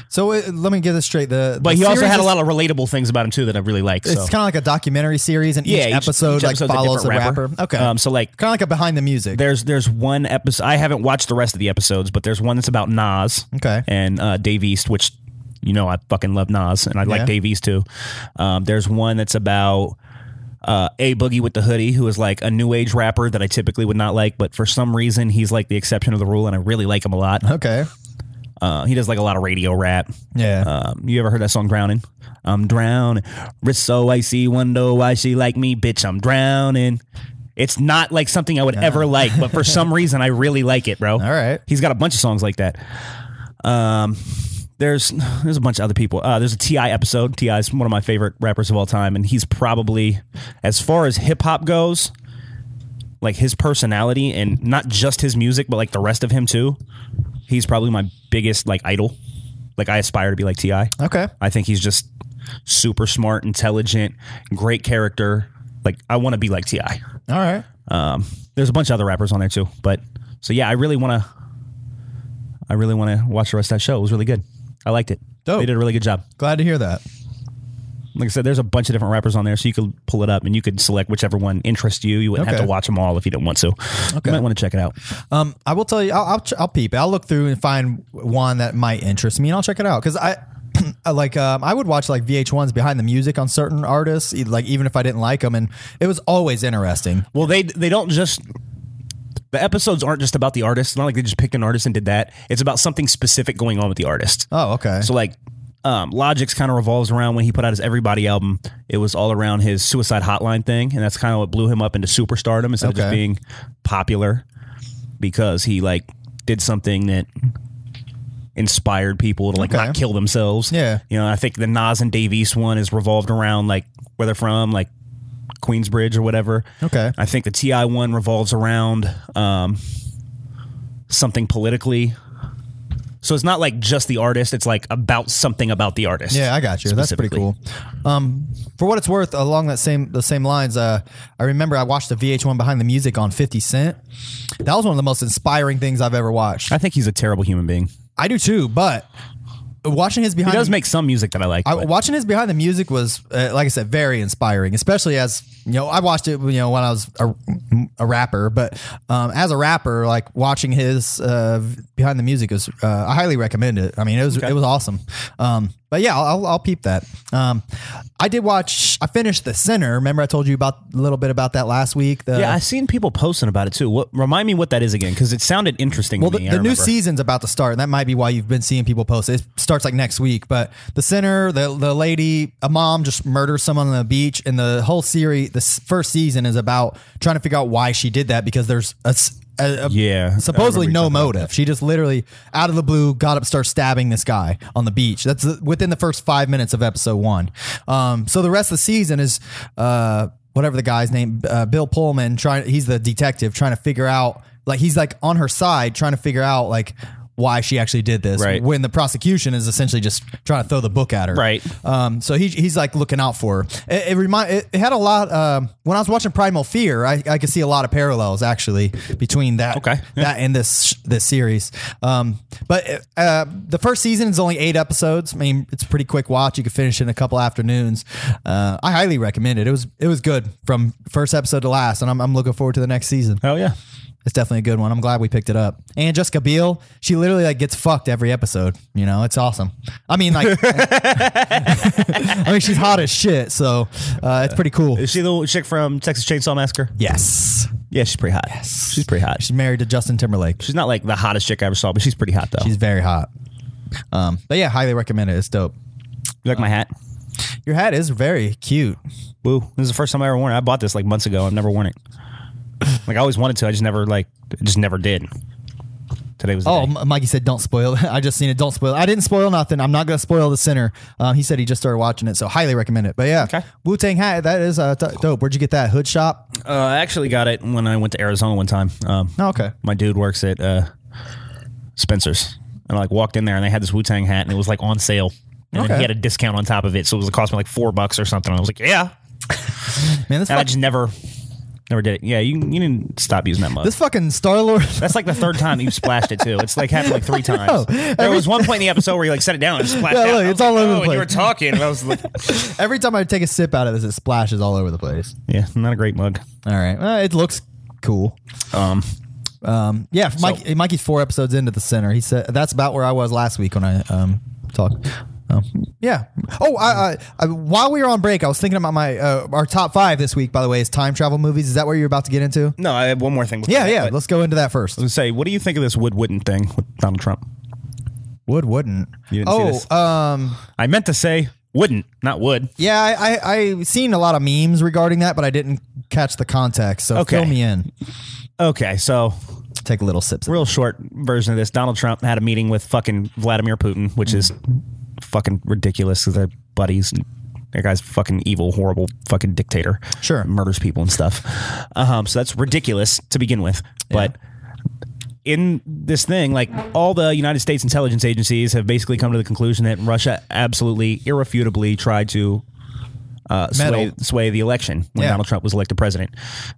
So uh, let me get this straight. The But the he also series had a is- lot of relatable things about him too that I really like. It's So. kind of like a documentary series, and each, each- episode each like episode's a follows a different rapper. Okay. Um, so like kind of like a behind the music. There's there's one episode. I haven't watched the rest of the episodes, but there's one that's about Nas. Okay. And uh, Dave East, which you know I fucking love Nas, and I Yeah. like Dave East too. Um, there's one that's about. Uh, a boogie with the hoodie, who is like a new age rapper that I typically would not like, but for some reason he's like the exception of the rule, and I really like him a lot. Okay. Uh, he does like a lot of radio rap. Yeah. Um, you ever heard that song "Drowning"? I'm drowning. Wrist so icy, wonder why she like me, bitch. I'm drowning. It's not like something I would ever like, but for some reason I really like it, bro. All right. He's got a bunch of songs like that. Um, there's there's a bunch of other people. Uh, there's a Ti episode. Ti is one of my favorite rappers of all time, and he's probably as far as hip hop goes, like his personality and not just his music, but like the rest of him too. He's probably my biggest like idol. Like I aspire to be like Ti. okay. I think he's just super smart, intelligent, great character. Like I want to be like Ti. All right. Um, there's a bunch of other rappers on there too, but so yeah, I really want to. I really want to watch the rest of that show. It was really good. I liked it. Dope. They did a really good job. Glad to hear that. Like I said, there's a bunch of different rappers on there, so you could pull it up and you could select whichever one interests you. You wouldn't Okay. have to watch them all if you didn't want to. Okay. You might want to check it out. Um, I will tell you. I'll, I'll ch- I'll peep. it. I'll look through and find one that might interest me, and I'll check it out because I. I like um, I would watch like VH1's Behind the Music on certain artists, e- like even if I didn't like them, and it was always interesting. Well, they they don't just the episodes aren't just about the artist. It's not like they just picked an artist and did that. It's about something specific going on with the artist. Oh, okay. So like um, Logic's kind of revolves around when he put out his Everybody album. It was all around his Suicide Hotline thing, and that's kind of what blew him up into superstardom instead of just Okay. being popular because he like did something that inspired people to like Okay. not kill themselves. Yeah. you know, I think the Nas and Dave East one is revolved around like where they're from, like Queensbridge or whatever. Okay. I think the Ti one revolves around um, something politically. So it's not like just the artist; it's like about something about the artist. Yeah, I got you. That's pretty specifically. cool. Um, for what it's worth, along that same the same lines, uh, I remember I watched the VH1 Behind the Music on Fifty Cent. That was one of the most inspiring things I've ever watched. I think he's a terrible human being. I do too, but watching his He behind does the- make some music that I like. I, but- watching his behind the music was, uh, like I said, very inspiring. Especially as you know, I watched it, you know, when I was a, a rapper. But um, as a rapper, like watching his uh, behind the music is, uh, I highly recommend it. I mean, it was it was awesome. Um, But yeah, I'll, I'll, I'll peep that. Um, I did watch. I finished The Sinner. Remember, I told you about a little bit about that last week. The, yeah, I've seen people posting about it too. What remind me what that is again? Because it sounded interesting. Well, to the, me, I the new remember. season's about to start, and that might be why you've been seeing people post it. It starts like next week, but the center, the the lady, a mom just murders someone on the beach, and the whole series, the s- first season is about trying to figure out why she did that because there's a. s- a- a- Yeah, I remember supposedly you no talking about motive. She just literally out of the blue got up, started stabbing this guy on the beach. That's uh, within the first five minutes of episode one. Um, so the rest of the season is uh, whatever the guy's name, uh, Bill Pullman. Trying, he's the detective trying to figure out. Like he's like on her side, trying to figure out like why she actually did this. Right. When the prosecution is essentially just trying to throw the book at her. Right. Um, so he, he's like looking out for her. It, it remind it, it had a lot. Um, when I was watching Primal Fear, I, I could see a lot of parallels actually between that Okay. that and this this series. Um, but uh, the first season is only eight episodes. I mean, it's a pretty quick watch. You could finish it in a couple afternoons. Uh, I highly recommend it. It was it was good from first episode to last, and I'm, I'm looking forward to the next season. Hell Oh, yeah. It's definitely a good one. I'm glad we picked it up. And Jessica Biel, she literally like gets fucked every episode. You know, it's awesome. I mean, like, I mean, she's hot as shit. So uh, it's pretty cool. Is she the chick from Texas Chainsaw Massacre? Yes, Yeah, she's pretty hot. She's pretty hot. she's married to Justin Timberlake. She's not like the hottest chick I ever saw, but she's pretty hot though. She's very hot. Um, but yeah, highly recommend it. It's dope. you like my hat? Your hat is very cute. Woo. This is the first time I ever worn it. I bought this like months ago. I've never worn it. Like I always wanted to. I just never like just never did. Today was the Oh, day. M- Mikey said don't spoil. it. I just seen it. Don't spoil. it. I didn't spoil nothing. I'm not gonna spoil the sinner. Um, he said he just started watching it, so highly recommend it. But yeah, Okay. Wu Tang hat. That is uh, d- dope. Where'd you get that? Hood shop. Uh, I actually got it when I went to Arizona one time. Um, Oh, okay. my dude works at uh, Spencer's, and I like walked in there and they had this Wu Tang hat and it was like on sale, and then Okay. he had a discount on top of it, so it was it cost me like four bucks or something. I was like, yeah, Man, this and I fuck, just never, never did it. Yeah, you you didn't stop using that mug. this fucking Star Lord. That's like the third time you've splashed it too. It's like happened like three times. There was one point in the episode where you like set it down and it splashed Yeah, out. look, I was it's all like, over the "Oh," and You were place. talking. And I was like, Every time I take a sip out of this, it splashes all over the place. yeah, not a great mug. All right, well, it looks cool. Um, Um, yeah, Mike, Mikey's four episodes into the center. He said that's about where I was last week when I um, talked. Um, yeah. Oh, I, I, I, while we were on break, I was thinking about my uh, our top five this week. By the way, is time travel movies. Is that what you're about to get into? no, I have one more thing. before Yeah, that, yeah. but- Let's go into that first. I was gonna say, what do you think of this wood wouldn't thing with Donald Trump? Would wouldn't. You didn't see oh, this? um, I meant to say wouldn't, not would. yeah. I, I I seen a lot of memes regarding that, but I didn't catch the context. So Okay. fill me in. Okay, so Take a little sip. real short version of this. Donald Trump had a meeting with fucking Vladimir Putin, which is fucking ridiculous because they're buddies. That guy's fucking evil, horrible fucking dictator. Sure. Murders people and stuff. Um, so that's ridiculous to begin with. But in this thing, like all the United States intelligence agencies have basically come to the conclusion that Russia absolutely, irrefutably tried to uh, sway, Meddle. sway the election when Yeah. Donald Trump was elected president.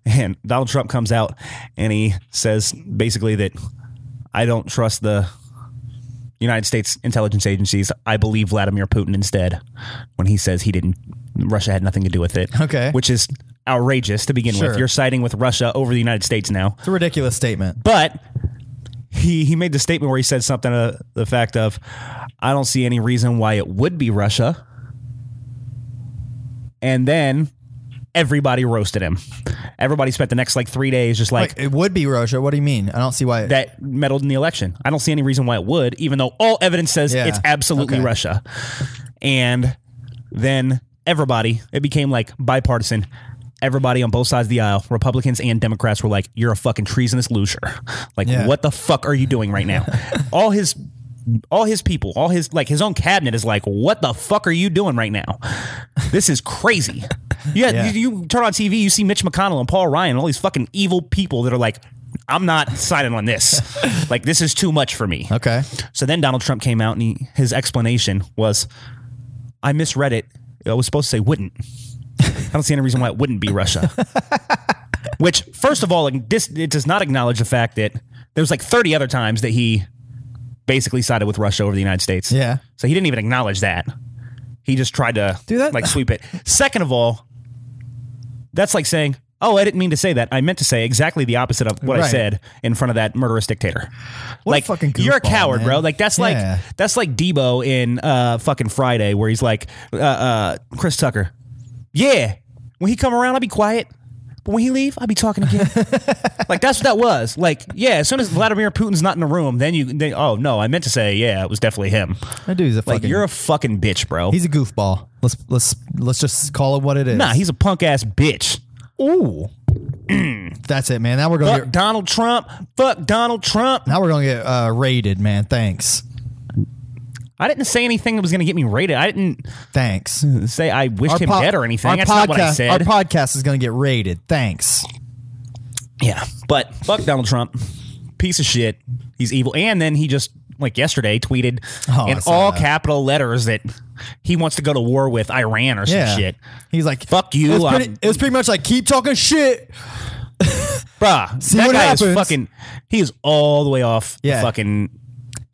And Donald Trump comes out and he says basically that I don't trust the United States intelligence agencies. I believe Vladimir Putin instead when he says he didn't, Russia had nothing to do with it. Okay. Which is outrageous to begin Sure. with. You're siding with Russia over the United States now. It's a ridiculous statement. But he, he made the statement where he said something to the fact of, I don't see any reason why it would be Russia. And then everybody roasted him. Everybody spent the next like three days just like, Wait, it would be Russia. What do you mean? I don't see why. It, that meddled in the election. I don't see any reason why it would, even though all evidence says Yeah. it's absolutely Okay. Russia. And then everybody, it became like bipartisan. Everybody on both sides of the aisle, Republicans and Democrats, were like, "You're a fucking treasonous loser. Like, Yeah. what the fuck are you doing right now?" all his, all his people, all his like his own cabinet is like, "What the fuck are you doing right now? This is crazy." Yeah, Yeah. You, you turn on TV, you see Mitch McConnell and Paul Ryan, all these fucking evil people that are like, I'm not signing on this. like, this is too much for me. okay. So then Donald Trump came out and he, his explanation was, I misread it. I was supposed to say wouldn't. I don't see any reason why it wouldn't be Russia. Which, first of all, like, this, it does not acknowledge the fact that there was like 30 other times that he basically sided with Russia over the United States. Yeah. So he didn't even acknowledge that. He just tried to Dude, that- like sweep it. Second of all, that's like saying, "Oh, I didn't mean to say that. I meant to say exactly the opposite of what I Right. said in front of that murderous dictator." a like fucking you're a goofball, coward, man. bro. Like that's Yeah. like that's like Debo in uh, fucking Friday, where he's like uh, uh, Chris Tucker. Yeah, when he come around, I'll be quiet. But when he leave, I'll be talking again. like that's what that was. Like yeah, as soon as Vladimir Putin's not in the room, then you then, oh no, I meant to say yeah, it was definitely him. That dude's a Like fucking. you're a fucking bitch, bro. he's a goofball. Let's let's let's just call it what it is. nah, he's a punk ass bitch. Ooh, That's it, man. Now we're gonna fuck get, Donald Trump. Fuck Donald Trump. now we're gonna get uh, raided, man. Thanks, I didn't say anything that was gonna get me rated. I didn't thanks. say I wished him po- dead Hmm, or anything. our That's podcast, not what I said. Our podcast is gonna get raided. Thanks. Yeah, but fuck Donald Trump, piece of shit. He's evil. And then he just like yesterday tweeted Oh, I in saw all that. capital letters that he wants to go to war with Iran or some Yeah. shit. He's like, Fuck you, It was, pretty, I'm- it was pretty much like keep talking shit. Bruh, See that what guy is happens. fucking. He is all the way off. Yeah. the fucking.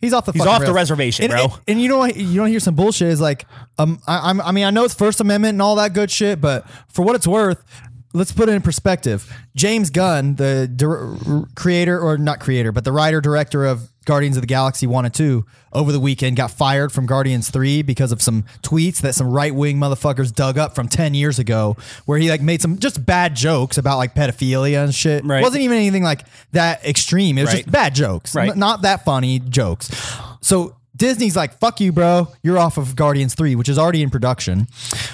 He's off the. He's fucking off the rails. reservation, and, bro. And, and you know what? You don't hear some bullshit. Is like, um, I, I'm, I mean, I know it's First Amendment and all that good shit, but for what it's worth, let's put it in perspective. James Gunn, the dir- creator or not creator, but the writer director of Guardians of the Galaxy One and Two, over the weekend got fired from Guardians Three because of some tweets that some right wing motherfuckers dug up from ten years ago, where he like made some just bad jokes about like pedophilia and shit. Right. wasn't even anything like that extreme. It was Right. just bad jokes, Right. N- not that funny jokes. So Disney's like, "Fuck you, bro. You're off of Guardians Three, which is already in production."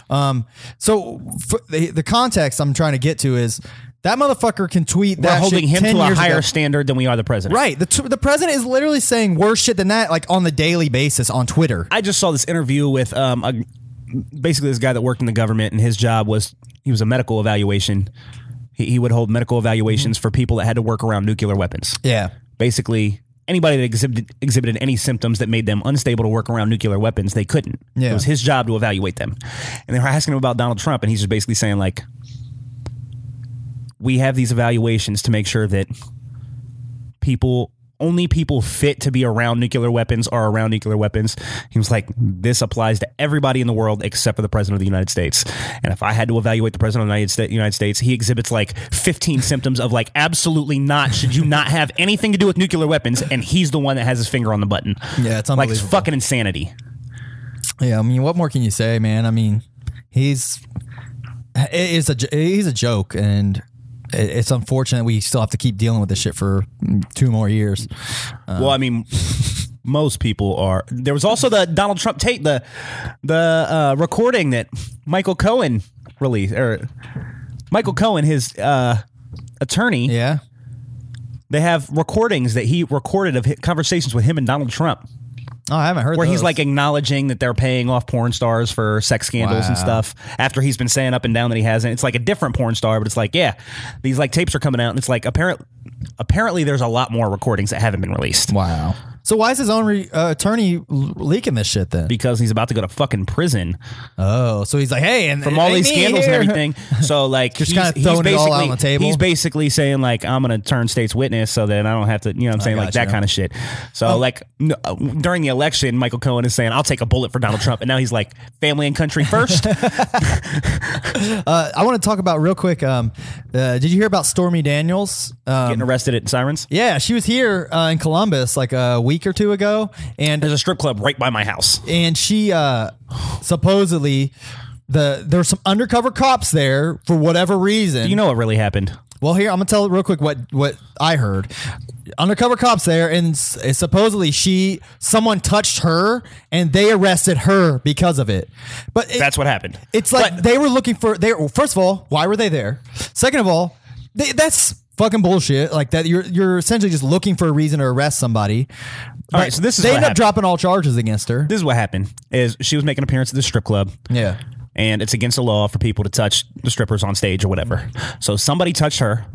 Um, so f- the, the context I'm trying to get to is that motherfucker can tweet We're that holding shit him 10 to a years higher ago. standard than we are the president. Right. The, t- the president is literally saying worse shit than that, like on the daily basis on Twitter. I just saw this interview with um, a, basically this guy that worked in the government, and his job was he was a medical evaluation. He, he would hold medical evaluations for people that had to work around nuclear weapons. Mm-hmm. yeah. basically anybody that exhibited, exhibited any symptoms that made them unstable to work around nuclear weapons, they couldn't. Yeah. It was his job to evaluate them. And they were asking him about Donald Trump, and he's just basically saying, like, we have these evaluations to make sure that people only people fit to be around nuclear weapons are around nuclear weapons. He was like, this applies to everybody in the world except for the president of the United States. And if I had to evaluate the president of the United, Sta- United States, he exhibits like 15 symptoms of like, absolutely not. Should you not have anything to do with nuclear weapons? And he's the one that has his finger on the button. Yeah, Like, it's it's unbelievable. fucking insanity. Yeah. I mean, what more can you say, man? I mean, he's it is a j- he's a joke, and it- it's unfortunate we still have to keep dealing with this shit for mm, two more years. well, I mean, most people are. There was also the Donald Trump tape, the the uh, recording that Michael Cohen released, or Michael Cohen, his uh, attorney. Yeah. They have recordings that he recorded of hi- conversations with him and Donald Trump, Oh, I haven't heard where he's those. like acknowledging that they're paying off porn stars for sex scandals and Wow. stuff. After he's been saying up and down that he hasn't, it's like a different porn star, but it's like, yeah, these like tapes are coming out, and it's like apparent. Apparently, there's a lot more recordings that haven't been released. wow. So why is his own re- uh, attorney l- leaking this shit then? because he's about to go to fucking prison oh, so he's like, hey, and from it all ain't these me scandals here. and everything. So like, Just he's- kinda he's throwing it all out basically- on the table. He's basically saying like, I'm gonna turn state's witness, so that I don't have to, you know, what I'm saying like that gotcha. Oh. kind of shit. So like, n- uh, during the election, Michael Cohen is saying, I'll take a bullet for Donald Trump, and now he's like, family and country first. Uh, I want to talk about real quick. Um, uh, did you hear about Stormy Daniels? Um, getting arrested at Sirens. yeah, she was here uh, in Columbus like a week or two ago, and There's a strip club right by my house. and she uh supposedly the there were some undercover cops there for whatever reason. You know what really happened? Well, here I'm gonna tell real quick what what I heard. Undercover cops there, and s- supposedly she someone touched her, and they arrested her because of it. But it, That's what happened. it's like they were looking for. They well, first of all, why were they there? Second of all, they, that's fucking bullshit. Like that, you're you're essentially just looking for a reason to arrest somebody. All But right, so this is they what end up happened. dropping all charges against her. This is what happened: is she was making an appearance at the strip club. yeah, and it's against the law for people to touch the strippers on stage or whatever. So somebody touched her,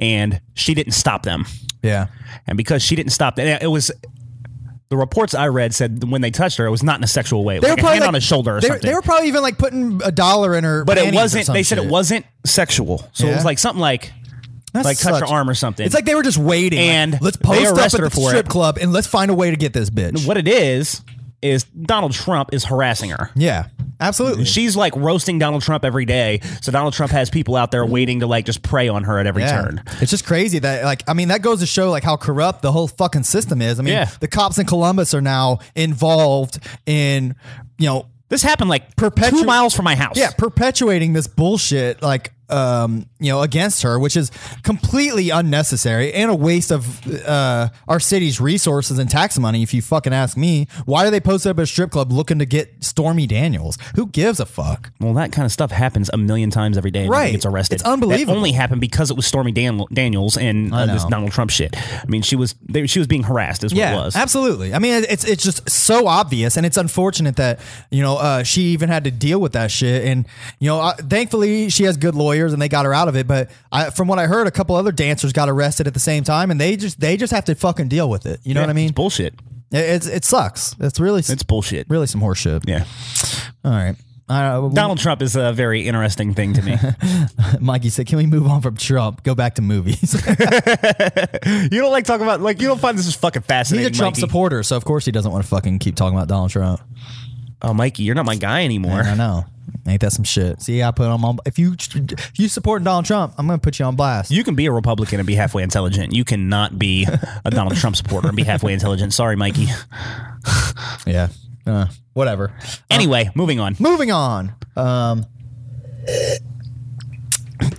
and she didn't stop them. yeah, And because she didn't stop them, it was the reports I read said when they touched her, it was not in a sexual way. It was like a hand on like- his shoulder or they, something. They were probably even like putting a dollar in her. but it panties or wasn't. some They said it shit. wasn't sexual. So it Yeah. was like something like That like touch her sucks. arm or something. It's like they were just waiting. like, And let's they post up at arrested her the for strip it. club and let's find a way to get this bitch. what it is is Donald Trump is harassing her. Yeah, Absolutely. She's like roasting Donald Trump every day. So Donald Trump has people out there waiting to like just prey on her at every Yeah. turn. It's just crazy that like I mean that goes to show like how corrupt the whole fucking system is. I mean Yeah. the cops in Columbus are now involved in you know This happened like Perpetu- two miles from my house. yeah perpetuating this bullshit like um you know against her which is completely unnecessary and a waste of uh our city's resources and tax money if you fucking ask me why are they posted up at a strip club looking to get stormy daniels who gives a fuck Well, that kind of stuff happens a million times every day. And nobody Right. Gets arrested. It's unbelievable. That only happened because it was Stormy Dan- Daniels and uh, this know. Donald Trump shit. I mean, she was they, she was being harassed. Is what it was. absolutely. I mean, it's it's just so obvious, and it's unfortunate that you know uh, she even had to deal with that shit. And you know, uh, thankfully she has good lawyers, and they got her out of it. But I, from what I heard, a couple other dancers got arrested at the same time, and they just they just have to fucking deal with it. You know what I mean? It's bullshit. It, it's it sucks. It's really It's bullshit. really some horseshit. Yeah. All right. All right. Donald Trump is a very interesting thing to me. Mikey said, "Can we move on from Trump? Go back to movies." you don't like talking about like you don't find this is fucking He's fascinating. a Trump Mikey. supporter, so of course he doesn't want to fucking keep talking about Donald Trump. Oh, Mikey, you're not my guy anymore. I know. Ain't that some shit? See, I put on my. If you if you supporting Donald Trump, I'm gonna put you on blast. You can be a Republican and be halfway intelligent. You cannot be a Donald Trump supporter and be halfway intelligent. Sorry, Mikey. yeah. Uh, whatever. Anyway, moving on. Moving on. Um,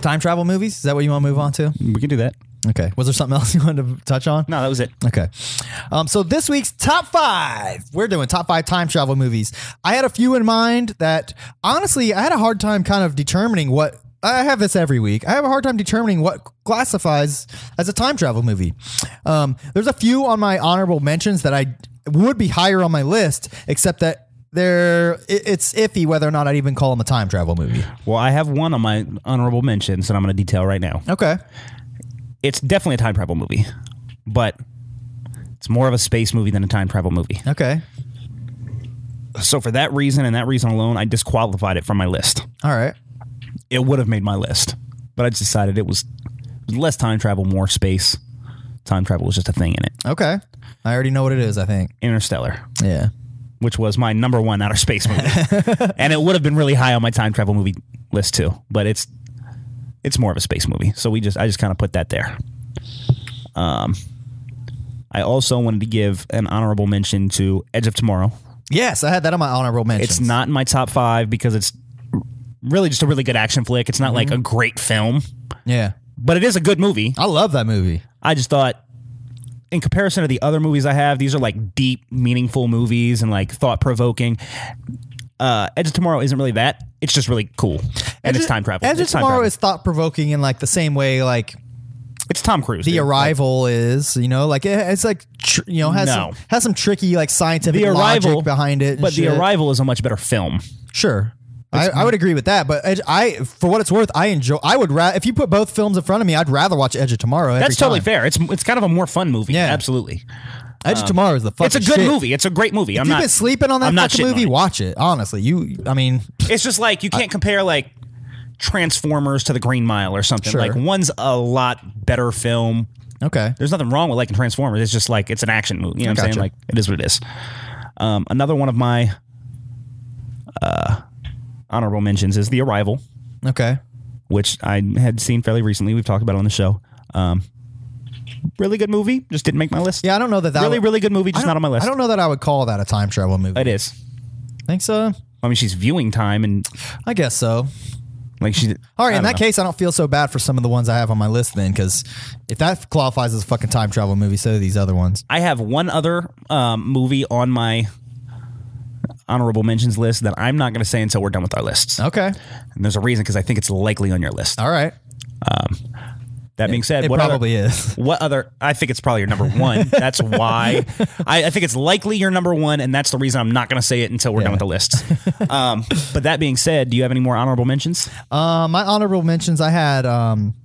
time travel movies. Is that what you want to move on to? We can do that. Okay. Was there something else you wanted to touch on? No, that was it. Okay. Um, so this week's top five, we're doing top five time travel movies. I had a few in mind that honestly, I had a hard time kind of determining what. I have this every week. I have a hard time determining what classifies as a time travel movie. Um, there's a few on my honorable mentions that I would be higher on my list, except that they're it, it's iffy whether or not I'd even call them a time travel movie. Well, I have one on my honorable mentions that I'm going to detail right now. Okay. It's definitely a time travel movie, but it's more of a space movie than a time travel movie. Okay. So for that reason and that reason alone, I disqualified it from my list. All right. It would have made my list, but I just decided it was less time travel, more space. Time travel was just a thing in it. Okay. I already know what it is. I think. Interstellar. Yeah. which was my number one outer space movie, and it would have been really high on my time travel movie list too. But it's it's more of a space movie, so we just I just kind of put that there. Um, I also wanted to give an honorable mention to Edge of Tomorrow. Yes, I had that on my honorable mentions. It's not in my top five because it's really just a really good action flick. It's not like a great film, Yeah. but it is a good movie. I love that movie. I just thought, in comparison to the other movies I have, these are like deep, meaningful movies and like thought provoking. Uh, Edge of Tomorrow isn't really that. It's just really cool, and it's time travel. Edge of it's time Tomorrow travel. is thought provoking in like the same way like it's Tom Cruise. The dude. Arrival is. You know, like it, it's like tr- you know has No. some, has some tricky like scientific the arrival logic behind it. and but shit. the arrival is a much better film. sure. I, I would agree with that, but Edge, I, for what it's worth, I enjoy. I would ra- if you put both films in front of me, I'd rather watch Edge of Tomorrow. every That's totally time. fair. It's it's kind of a more fun movie. Yeah. absolutely. Oh, Edge of Tomorrow is the fucking. It's a good shit. movie. It's a great movie. If I'm you've not been sleeping on that I'm not fucking shitting on movie, it. watch it. Honestly, you. I mean, It's just like you can't compare like Transformers to The Green Mile or something. Sure. Like one's a lot better film. okay, There's nothing wrong with liking Transformers. It's just like it's an action movie. You know what I'm Gotcha. saying? Like it is what it is. Um, another one of my uh, honorable mentions is The Arrival, okay, which I had seen fairly recently. We've talked about it on the show. Um, really good movie. Just didn't make my list. yeah. I don't know that that Really, would- really good movie. I Just don't- not on my list. I don't know that I would call that a time travel movie. It is. Think so? I mean, she's viewing time and I guess so. like she. All right, I don't in that know. case, I don't feel so bad for some of the ones I have on my list then, because if that qualifies as a fucking time travel movie, so do these other ones. I have one other um, movie on my honorable mentions list that I'm not going to say until we're done with our lists. Okay. And there's a reason because I think it's likely on your list. All right. That being said, It what probably other, is. What other? I think it's probably your number one. That's why I, I think it's likely your number one, and that's the reason I'm not going to say it until we're Yeah. done with the list. Um, but that being said, do you have any more honorable mentions? Uh, my honorable mentions I had um,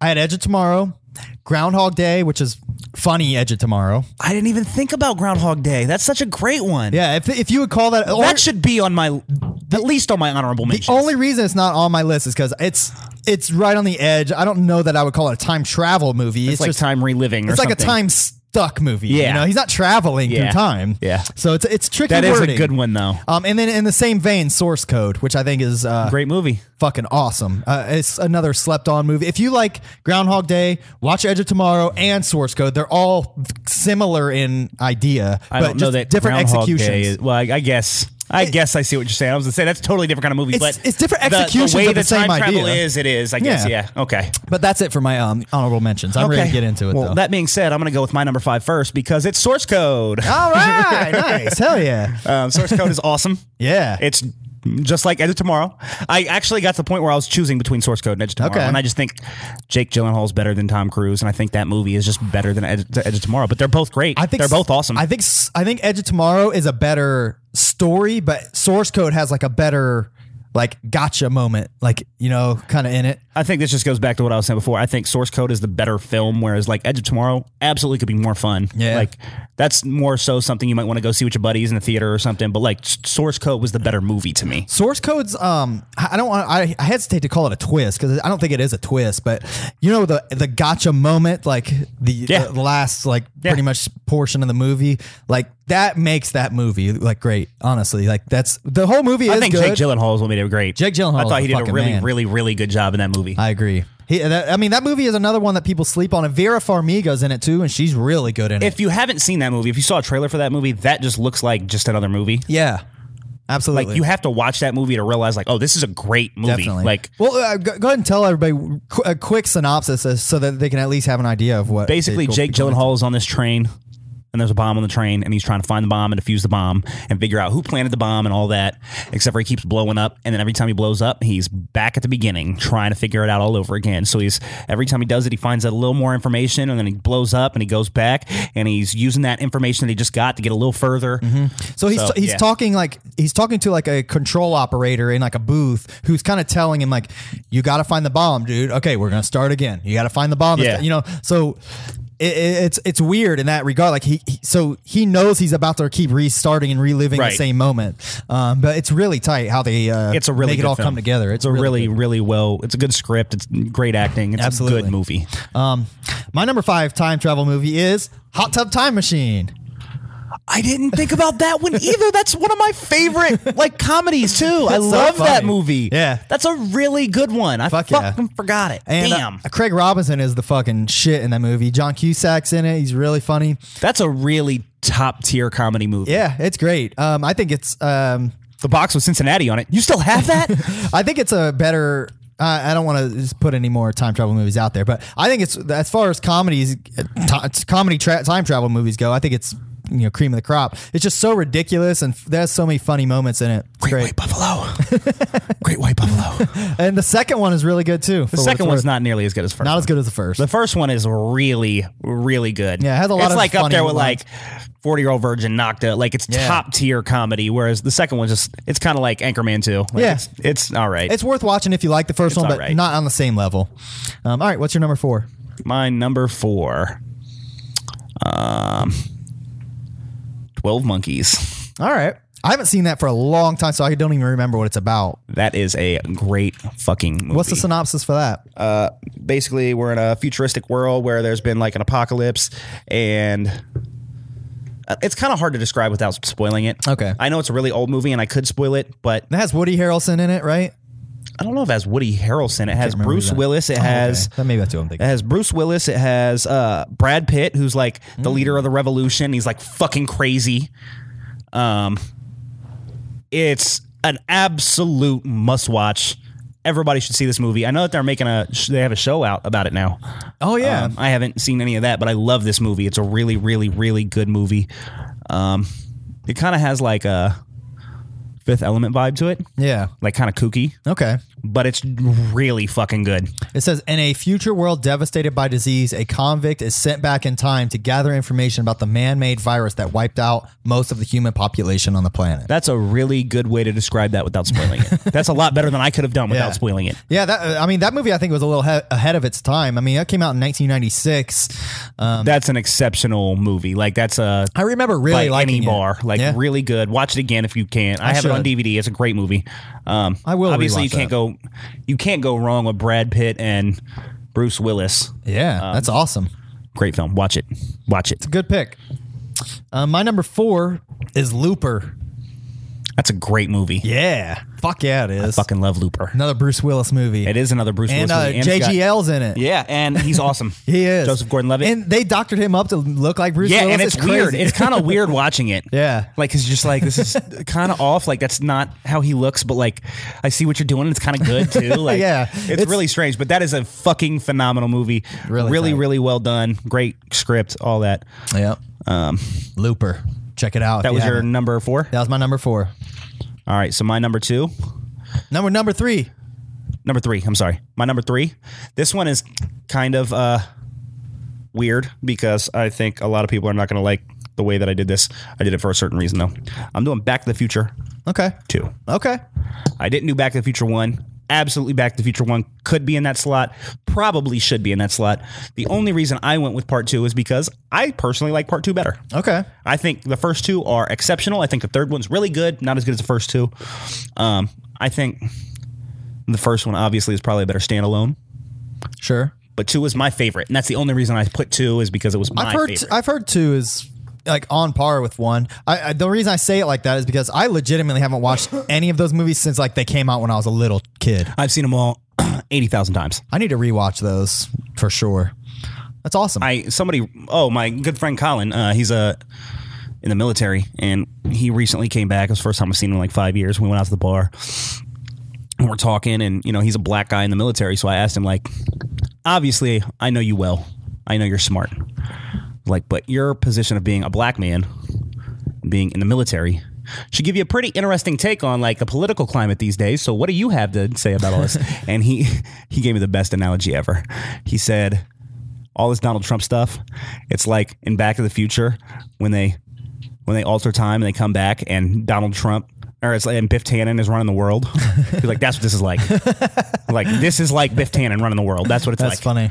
I had Edge of Tomorrow, Groundhog Day, which is funny Edge of Tomorrow. I didn't even think about Groundhog Day. That's such a great one. Yeah, if, if you would call that. or- that should be on my at least on my honorable mentions. the only reason it's not on my list is because it's it's right on the edge. I don't know that I would call it a time travel movie. It's, it's, like just time reliving. or it's like a something. time s- stuck movie. You Yeah. know, he's not traveling Yeah. through time. Yeah. So it's it's tricky. That is a wording. good one though. Um, and then in the same vein, Source Code, which I think is uh, Great movie. fucking awesome. Uh, it's another slept on movie. If you like Groundhog Day, watch Edge of Tomorrow and Source Code. They're all similar in idea, I but don't just know that different Groundhog Day executions. is- well, I, I guess. I guess I see what you're saying. I was gonna say that's a totally different kind of movie, It's- but it's different the- executions The way of the same time travel idea. is, it is. I guess. Yeah. Yeah. Okay. But that's it for my um, honorable mentions. I'm ready Okay. to get into it Well, though. that being said, I'm gonna go with my number five first because it's source code. all right, nice, hell yeah, Um, source code is awesome. yeah. It's just like Edge of Tomorrow. I actually got to the point where I was choosing between Source Code and Edge of Tomorrow, Okay. and I just think Jake Gyllenhaal is better than Tom Cruise, and I think that movie is just better than Edge, Edge of Tomorrow. But they're both great. I think they're both awesome. I think s- I think Edge of Tomorrow is a better story, but Source Code has like a better like gotcha moment, like you know, kind of in it. I think this just goes back to what I was saying before. I think Source Code is the better film, whereas like Edge of Tomorrow absolutely could be more fun. Yeah. like that's more so something you might want to go see with your buddies in the theater or something. But like S- Source Code was the better movie to me. Source code's um I I don't want I, I hesitate to call it a twist because I don't think it is a twist, but you know the the gotcha moment like the, Yeah. the last like Yeah. pretty much portion of the movie like that makes that movie like great honestly like that's the whole movie is I think Jake good. Gyllenhaal is what made it great. Jake Gyllenhaal I is thought he did the a fucking really, man. really, really good job in that movie. I agree. He, that, I mean that movie is another one that people sleep on and Vera Farmiga's in it too and she's really good in it. if you haven't seen that movie, if you saw a trailer for that movie, that just looks like just another movie. Yeah, absolutely. Like you have to watch that movie to realize, like, oh, this is a great movie. definitely Like well, uh, go, go ahead and tell everybody qu- a quick synopsis as- so that they can at least have an idea of what. basically, they- Jake Gyllenhaal is on this train, and there's a bomb on the train, and he's trying to find the bomb and defuse the bomb and figure out who planted the bomb and all that. Except for he keeps blowing up, and then every time he blows up, he's back at the beginning trying to figure it out all over again. So he's every time he does it, he finds out a little more information, and then he blows up and he goes back and he's using that information that he just got to get a little further. So he's So, he's yeah. talking like he's talking to like a control operator in like a booth who's kind of telling him like, "You got to find the bomb, dude. Okay, we're gonna start again. You got to find the bomb. Yeah. You know." So it, it- it's it's weird in that regard. Like he, he- so he knows he's about to keep restarting and reliving Right. the same moment. Um, but it's really tight how they uh, it's a really make it good all film. come together. It's a really good. really well. It's a good script. It's great acting. It's Absolutely. a good movie. Um, my number five time travel movie is Hot Tub Time Machine. I didn't think about that one either. That's one of my favorite like comedies too. I It's so love that funny. movie. Yeah. that's a really good one. I Fuck yeah. fucking forgot it. And uh, Damn, Craig Robinson is the fucking shit in that movie. John Cusack's in it. He's really funny. that's a really top tier comedy movie. Yeah, it's great. Um, I think it's um, The box with Cincinnati on it. You still have that? I think it's a better. I I don't want to just put any more time travel movies out there, but I think it's as far as comedies, uh, t- comedy tra- time travel movies go. I think it's you know cream of the crop. It's just so ridiculous, and f- there's so many funny moments in it. It's Great great. White Buffalo. Great White Buffalo. And the second one is really good too. The second one's not nearly as good as first. not one. as good as the first. The first one is really, really good. Yeah, it has a lot It's of like up funny there with lines. like Forty Year Old Virgin, Nocta. Like it's Yeah. top tier comedy. Whereas the second one just it's kind of like Anchorman Two. Like, Yeah. it's, it's all right. it's worth watching if you like the first It's one, but alright. not on the same level. Um, all right, what's your number four? my number four. Um, Twelve Monkeys. All right, I haven't seen that for a long time, so I don't even remember what it's about. That is a great fucking movie. What's the synopsis for that? basically we're in a futuristic world where there's been like an apocalypse and uh, it's kind of hard to describe without spoiling it. Okay. I know it's a really old movie and I could spoil it, but That has Woody Harrelson in it, right? I don't know if it has Woody Harrelson. It has remember Bruce that. Oh, Willis. It has Okay. that maybe that's who I'm it thinking. has Bruce Willis. It has uh, Brad Pitt, who's like the leader of the revolution. He's like fucking crazy. Um, it's an absolute must watch. Everybody should see this movie. I know that they're making a they have a show out about it now. Oh yeah, Um, I haven't seen any of that, but I love this movie. It's a really, really, really good movie. Um, it kind of has like a Fifth Element vibe to it, yeah. like kind of kooky, Okay. but it's really fucking good. It says in a future world devastated by disease, a convict is sent back in time to gather information about the man-made virus that wiped out most of the human population on the planet. That's a really good way to describe that without spoiling it. That's a lot better than I could have done without Yeah. spoiling it. yeah, that, I mean that movie I think was a little he- ahead of its time. I mean that came out in 1996. Um, That's an exceptional movie. Like that's a I remember really by liking any it. bar. Like Yeah. really good. Watch it again if you can. I, have it on should. DVD. It's a great movie. Um, I will Obviously, you rewatch can't that. go. You can't go wrong with Brad Pitt and Bruce Willis. Um, Yeah, that's awesome. Great film. Watch it. Watch it. Good pick. Uh, my number four is Looper. That's a great movie. Yeah. Fuck yeah, it is. Fucking love Looper. Another Bruce Willis movie. It is another Bruce And, Willis uh, movie. it's got- JGL's in it. yeah, and he's awesome. He is. Joseph Gordon-Levitt. And they doctored him up to look like Bruce yeah, Willis. and it's, weird. crazy. It's kind of weird watching it. Yeah. like because just like this is kind of off. Like that's not how he looks, but like I see what you're doing. It's kind of good too. Like, Yeah. it's, It's- really strange. But that is a fucking phenomenal movie. Really really, tight. really well done. Great script. All that. Yep. Um, Looper. Check it out. if That you was your haven't. number four. That was my number four. All right, so my number two, Number number three. number three. I'm sorry, my number three. This one is kind of uh weird because I think a lot of people are not going to like the way that I did this. I did it for a certain reason though. I'm doing Back to the Future Okay. two. Okay. I didn't do Back to the Future 1. Absolutely Back to the Future 1 could be in that slot, probably should be in that slot. The only reason I went with part 2 is because I personally like part 2 better. Okay. I think the first two are exceptional. I think the third one's really good, not as good as the first two. Um, I think the first one obviously is probably a better standalone, Sure. but 2 is my favorite, and that's the only reason I put 2 is because it was my I've heard favorite. I've heard two is like on par with one. I, I the reason I say it like that is because I legitimately haven't watched any of those movies since like they came out when I was a little kid. I've seen them all 80,000 times. I need to rewatch those for sure. That's awesome. I somebody oh my good friend Colin uh, he's a in the military and he recently came back it was the first time I've seen him in like five years we went out to the bar and we're talking and you know he's a black guy in the military so I asked him like obviously I know you well I know you're smart like but your position of being a black man being in the military should give you a pretty interesting take on like the political climate these days. So what do you have to say about all this? and he he gave me the best analogy ever. He said, all this Donald Trump stuff, it's like in Back to the Future when they when they alter time and they come back and Donald Trump or it's like and Biff Tannen is running the world. He's like, that's what this is like. like this is like Biff Tannen running the world. That's what it's That's like. funny.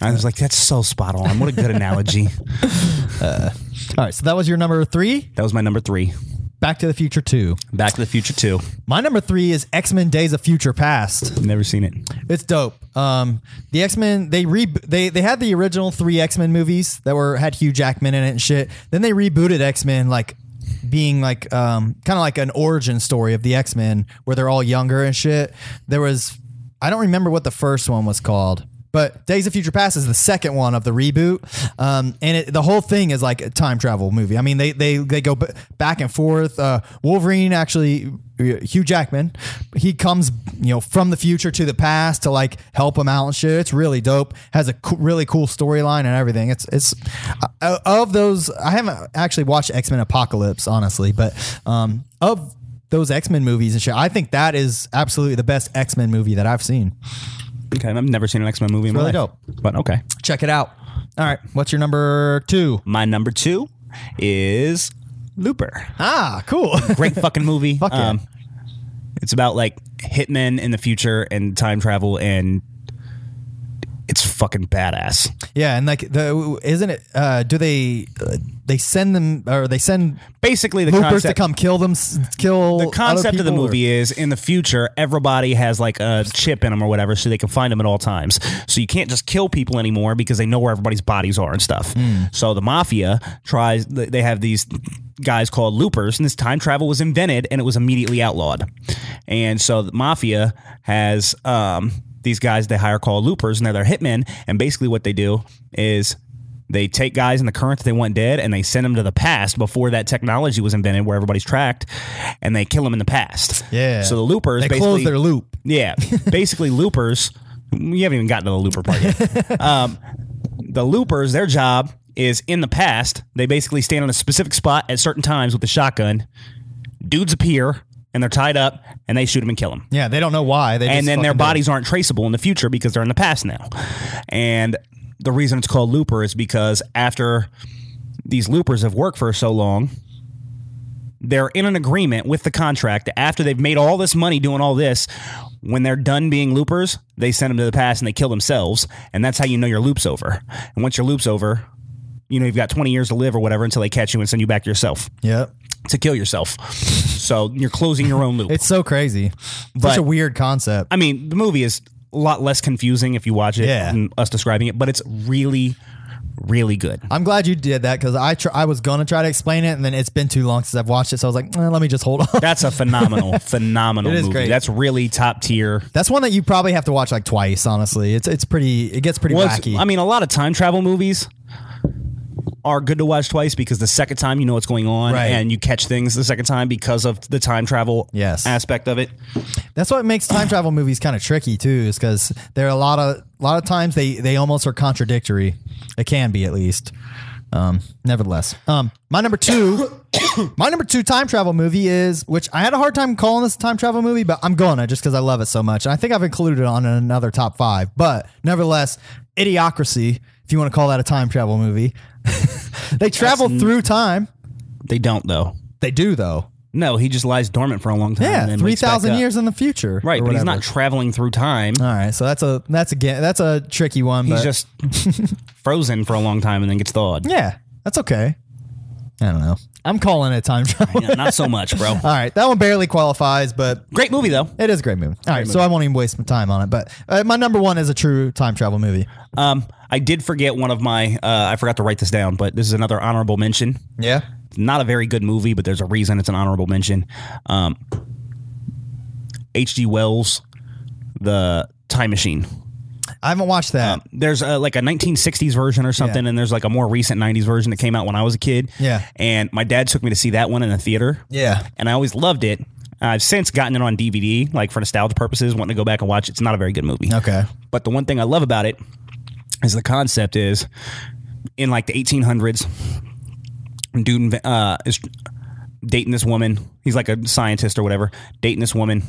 I was like, that's so spot on. What a good analogy. All right, so that was your number three. That was my number three. Back to the Future Two. Back to the Future Two. My number three is X Men: Days of Future Past. Never seen it. It's dope. Um, the X Men they re they they had the original three X Men movies that were had Hugh Jackman in it and shit. Then they rebooted X Men like being like um kind of like an origin story of the X Men where they're all younger and shit. There was I don't remember what the first one was called. But Days of Future Past is the second one of the reboot, um, and it, the whole thing is like a time travel movie. I mean, they they they go b- back and forth. Uh, Wolverine actually, uh, Hugh Jackman, he comes you know from the future to the past to like help him out and shit. It's really dope. Has a co- really cool storyline and everything. It's it's uh, of those I haven't actually watched X Men Apocalypse honestly, but um, of those X Men movies and shit, I think that is absolutely the best X Men movie that I've seen. Okay, I've never seen an X Men movie. in my really life. But okay, Check it out. All right, what's your number two? my number two is Looper. Ah, cool. Great fucking movie. Um, Fuck yeah. it's about like hitmen in the future and time travel, and it's fucking badass. yeah, and like the isn't it? Uh, do they uh, they send them or they send Basically, the loopers to concept. come kill them? s- Kill the concept of the movie is in the future everybody has like a chip in them or whatever so they can find them at all times so you can't just kill people anymore because they know where everybody's bodies are and stuff so the mafia tries th- they have these guys called loopers and this time travel was invented and it was immediately outlawed and so the mafia has um, these guys they hire called loopers and they're their hitmen and basically what they do is they take guys in the current that they want dead and they send them to the past before that technology was invented where everybody's tracked and they kill them in the past. Yeah. So the loopers They basically close their loop. Yeah. Basically loopers we haven't even gotten to the looper part yet. um, the loopers, their job is in the past, they basically stand on a specific spot at certain times with a shotgun. Dudes appear and they're tied up and they shoot them and kill them Yeah, they don't know why. They just and then their fucking do it. bodies aren't traceable in the future because they're in the past now. And the reason it's called Looper is because after these loopers have worked for so long, they're in an agreement with the contract that after they've made all this money doing all this, when they're done being loopers, they send them to the past and they kill themselves. And that's how you know your loop's over. And once your loop's over, you know, you've got 20 years to live or whatever until they catch you and send you back to yourself Yep. to kill yourself. So you're closing your own loop. It's so crazy. Such But- a weird concept. I mean, the movie is a lot less confusing if you watch it Yeah. than us describing it, but it's really, really good. I'm glad you did that because I tr- I was gonna try to explain it and then it's been too long since I've watched it, so I was like, eh, let me just hold on. That's a phenomenal, phenomenal It is movie. great. That's really top tier. That's one that you probably have to watch like twice. Honestly, it's it's pretty. It gets pretty Well, it's- wacky. I mean, a lot of time travel movies are good to watch twice because the second time you know what's going on Right. and you catch things the second time because of the time travel Yes. aspect of it. That's what makes time travel movies kind of tricky too, is because there are a lot of a lot of times they they almost are contradictory. It can be at least. Um, nevertheless, um, my number two, my number two time travel movie is which I had a hard time calling this a time travel movie, but I'm gonna just because I love it so much. And I think I've included it on another top five, but nevertheless, Idiocracy, if you want to call that a time travel movie, they travel through time. They don't though. They do though. No, he just lies dormant for a long time. Yeah, and then three wakes back thousand up. years in the future. Right, or but he's whatever. not traveling through time. All right, so that's a that's a ga- that's a tricky one. He's but just frozen for a long time and then gets thawed. yeah, that's okay. I don't know. I'm calling it time travel. Yeah, not so much, bro. All right, that one barely qualifies, but Great movie though. it is a great movie. All right, so I won't even waste my time on it. But uh, my number one is a true time travel movie. Um, I did forget one of my. Uh, I forgot to write this down, but this is another honorable mention. Yeah, Not a very good movie, but there's a reason it's an honorable mention. Um, H.G. Wells, The Time Machine. Um, I haven't watched that. There's a, like a 1960s version or something, Yeah. and there's like a more recent 90s version that came out when I was a kid. Yeah. And my dad took me to see that one in the theater. Yeah. And I always loved it. I've since gotten it on DVD, like for nostalgia purposes, wanting to go back and watch it. It's not a very good movie. okay. But the one thing I love about it is the concept is in like the 1800s, dude inve- uh, is dating this woman. He's like a scientist or whatever, dating this woman.